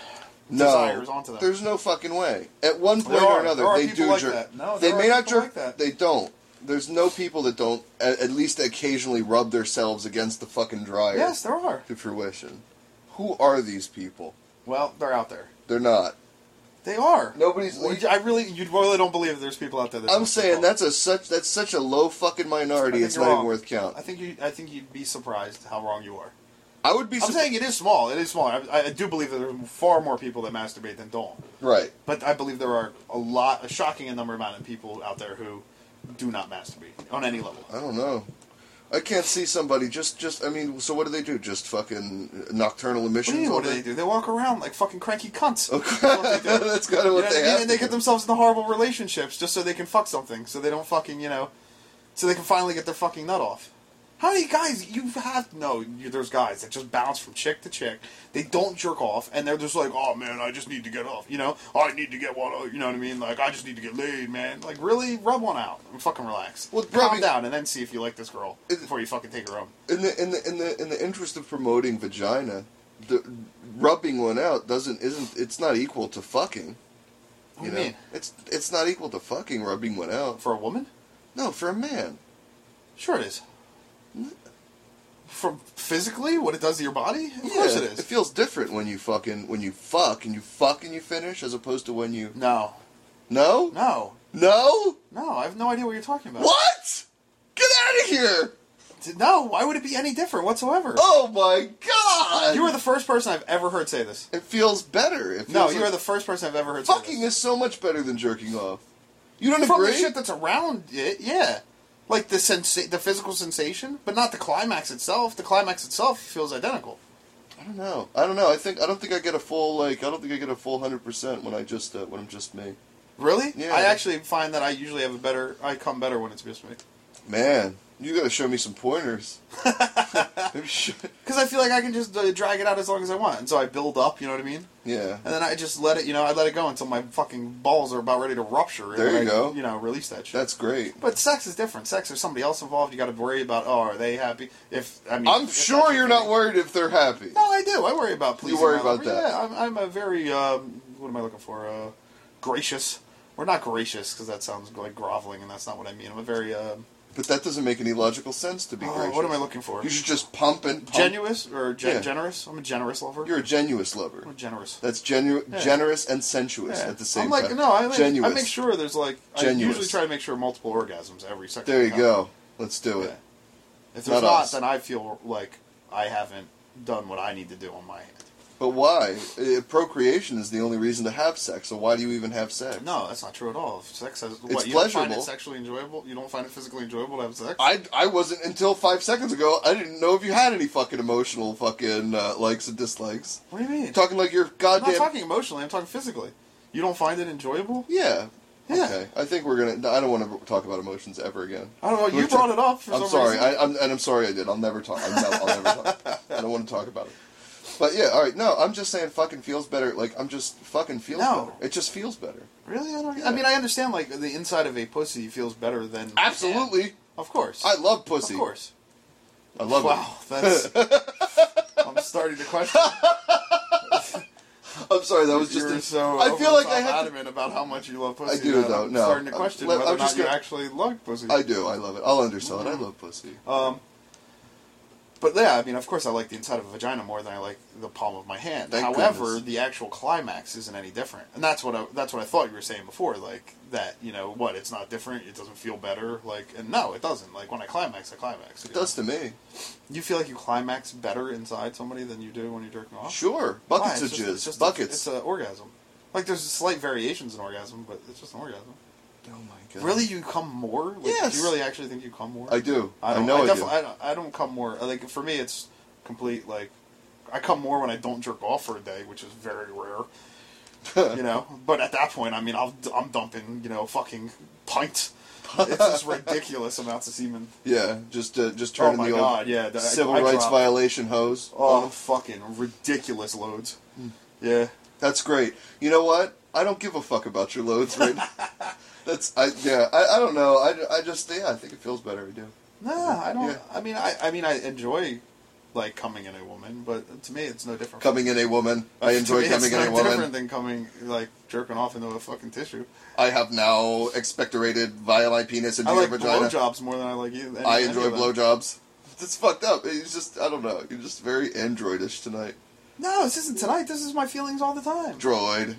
no,
desires onto them.
There's no fucking way. At one point
There
or
are-
another,
there are
they
people
do
like
jerk.
that. No,
they
there
may
are
not
people
jerk.
like that.
They don't. There's no people that don't at, at least occasionally rub themselves against the fucking dryer
Yes, there are.
to fruition. Who are these people?
Well, they're out there.
They're not.
They are.
Nobody's-
Well, you- I really, you really don't believe there's people out there. That
I'm
don't
saying
jerk off.
that's a such that's such a low fucking
I
minority.
think
It's
you're
not even
wrong.
worth count.
I think you. I think you'd be surprised how wrong you are.
I would be.
I'm
surp-
saying it is small. It is small. I, I do believe that there are far more people that masturbate than don't.
right.
But I believe there are a lot, a shocking number amount of people out there who do not masturbate on any level.
I don't know. I can't see somebody just just. I mean, so what do they do? Just fucking nocturnal
What
emissions.
do, you mean,
all
what do
day?
they do? They walk around like fucking cranky cunts. That's what they do.
That's kind of
You
what
know what
they
I
have.
mean? And they
to
get
do.
themselves into horrible relationships just so they can fuck something, so they don't fucking, you know, so they can finally get their fucking nut off. How many guys you have? No, you, there's guys that just bounce from chick to chick. They don't jerk off, and they're just like, "Oh man, I just need to get off." You know, "Oh, I need to get one. You know what I mean? Like, I just need to get laid, man. Like, really, rub one out and fucking relax.
Well,
calm
rubbing-
down, and then see if you like this girl
It-
before you fucking take her home.
In the in the in the in the interest of promoting vagina, the, rubbing one out doesn't isn't it's not equal to fucking.
What do you
know?
mean?
It's it's not equal to fucking rubbing one out.
For a woman?
No, for a man.
Sure it is. From physically, what it does to your body? Of course it is.
It feels different when you fucking when you fuck and you fuck and you finish as opposed to when you
no,
no
no,
no
No, I have no idea what you're talking about.
what get out of here
No, why would it be any different whatsoever?
oh my god
You are the first person I've ever heard say this.
it feels better it feels
No, you
like-
are the first person I've ever heard
fucking
say
is so much better than jerking off you don't
this. From
agree
the shit that's around it, yeah. Like the sensa- the physical sensation, but not the climax itself. The climax itself feels identical.
I don't know I don't know I think I don't think I get a full like I don't think I get a full hundred percent when I just uh, when I'm just me
Really?
Yeah.
I actually find that I usually have a better. I come better when it's just me.
man you gotta show me some pointers Maybe sh-
Because I feel like I can just uh, drag it out as long as I want, and so I build up. You know what I mean?
yeah
And then I just let it. You know, I let it go until my fucking balls are about ready to rupture. and
There
then
you
I,
go.
You know, release that shit.
that's great
But sex is different. Sex, there's somebody else involved. You got to worry about. Oh, are they happy? If I mean,
I'm
if
sure
that's
you're
okay.
not worried if they're happy.
No, I do. I worry about pleasing.
worry
my
about
lover.
that.
Yeah, I'm, I'm a very. Um, what am I looking for? Uh, gracious. We're not gracious because that sounds like groveling, and that's not what I mean. I'm a very. Um,
But that doesn't make any logical sense to be
oh,
gracious.
what am I looking for?
You should just pump and pump.
Genuous or gen-
Yeah.
generous? I'm a generous lover.
You're a genuous lover.
I'm generous.
That's genu-
Yeah.
generous and sensuous
Yeah.
at the same
I'm like
time.
no, I, like, I
genuous.
make sure there's like I usually
Genuous.
try to make sure multiple orgasms every second.
There you go. Let's do it.
Yeah. If there's
Not
not,
us.
then I feel like I haven't done what I need to do on my end.
But why? Uh, procreation is the only reason to have sex. So why do you even have sex?
No, that's not true at all. If Sex has what
It's
you don't find
pleasurable.
it sexually enjoyable. You don't find it physically enjoyable to have sex.
I, I wasn't until five seconds ago. I didn't know if you had any fucking emotional fucking uh, likes and dislikes.
what do you mean?
Talking like you're
I'm not
goddamn.
talking emotionally. I'm talking physically. You don't find it enjoyable.
Yeah.
Yeah.
Okay. I think we're gonna. I don't want to talk about emotions ever again.
I don't know. You
We're
brought
tr-
it up. For
I'm
some
sorry,
Reason.
I, I'm, and I'm sorry I did. I'll never talk. I'll never, I'll never talk. I don't want to talk about it. But yeah, all right. No, I'm just saying, fucking feels better. Like I'm just fucking feels
No.
better. It just feels better.
really, I don't.
Yeah.
I mean, I understand like the inside of a pussy feels better than
Absolutely,
Of course.
I love pussy.
Of course.
I love
wow, that's. I'm starting to question.
it. I'm sorry, that was just.
You're
a-
so
I feel
over the
like
top
I have. To,
adamant about how much you love pussy.
I do,
that
though,
I'm
no.
starting to
I'm-
question
let-
whether
I'm
or not
just
you
gonna-
actually love pussy.
I do. I love it. I'll undersell it. I love pussy.
Um, but yeah, I mean, of course, I like the inside of a vagina more than I like the palm of my hand.
Thank
However,
goodness.
the actual climax isn't any different, and that's what I, that's what I thought you were saying before. Like that, you know, what it's not different. It doesn't feel better. Like, and no, it doesn't. Like when I climax, I climax.
It does to me.
You feel like you climax better inside somebody than you do when you're jerking off.
Sure,
Why?
buckets of
It's
jizz.
just- it's just a- it's
buckets.
an orgasm. Like there's slight variations in orgasm, but it's just an orgasm.
oh my god.
Really, you come more? Like,
Yes.
Do you really actually think you come more?
I do.
I, don't,
know. I,
defi-
do.
I, don't, I don't come more. Like for me, it's complete. Like I come more when I don't jerk off for a day, which is very rare. you know. But at that point, I mean, I'll, I'm dumping, you know, fucking pint. It's just ridiculous amounts of semen.
Yeah, just uh, just
Oh
turning
my
the old
god, yeah. the-
civil
I
rights
dropped-
violation hose.
Oh, fucking ridiculous loads.
Hmm.
Yeah.
That's great. You know what? I don't give a fuck about your loads right now. That's I yeah. I, I don't know. I, I just yeah. I think it feels better. I do.
Nah, I don't.
Yeah.
I mean, I, I mean, I enjoy like coming in a woman, but to me, it's no different.
Coming in a woman. I
To
enjoy
me,
coming
it's
in
no
a woman.
different than coming like jerking off into a fucking tissue.
I have now expectorated violent penis into
I like
your vagina.
blowjobs more than I like you.
I enjoy blowjobs. It's fucked up. It's just I don't know. You're just very androidish tonight.
No, this isn't tonight. This is my feelings all the time.
Droid.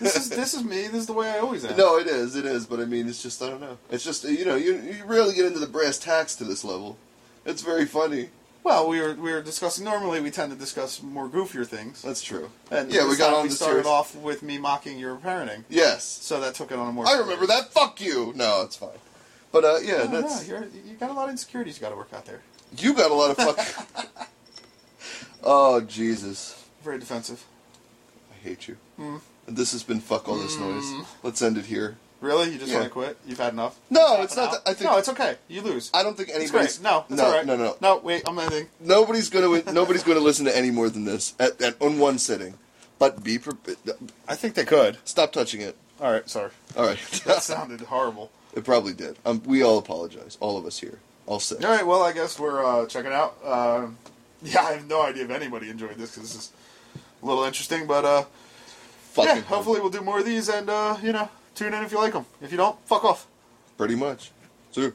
This is this is me. This is the way I always am.
No, it is. It is. But I mean, it's just I don't know. It's just you know you you really get into the brass tacks to this level. It's very funny.
Well, we were we were discussing. Normally, we tend to discuss more goofier things.
That's true.
And
yeah,
this
we got
time
on
We
the
started
serious.
off with me mocking your parenting,
Yes,
so that took it on a more.
I remember that. Fuck you. No, it's fine. But uh, yeah,
No, no,
that's
you're, you got a lot of insecurities you got to work out there.
you got a lot of fuck. oh Jesus,
Very defensive.
I hate you.
Hmm.
This has been fuck all this noise. Let's end it here.
Really? You just
Yeah.
want to quit? You've had enough?
No,
Tap
it's
it
not.
out?
That, I think
no, it's okay. You lose.
I don't think
it's
anybody's
great. No, it's
no,
all right.
no, no,
No, wait, I'm ending.
Nobody's gonna nobody's gonna listen to any more than this at, at on one sitting. But be prepared.
I think they could.
Stop touching it.
All right, sorry.
All right.
That sounded horrible.
it probably did. Um, we all apologize. All of us here. All six.
All right, well, I guess we're uh, checking out. Um yeah, I have no idea if anybody enjoyed this because this is a little interesting, but uh,
Fucking
yeah, hopefully we'll do more of these and, uh, you know, tune in if you like them. If you don't, fuck off.
Pretty much. Sure.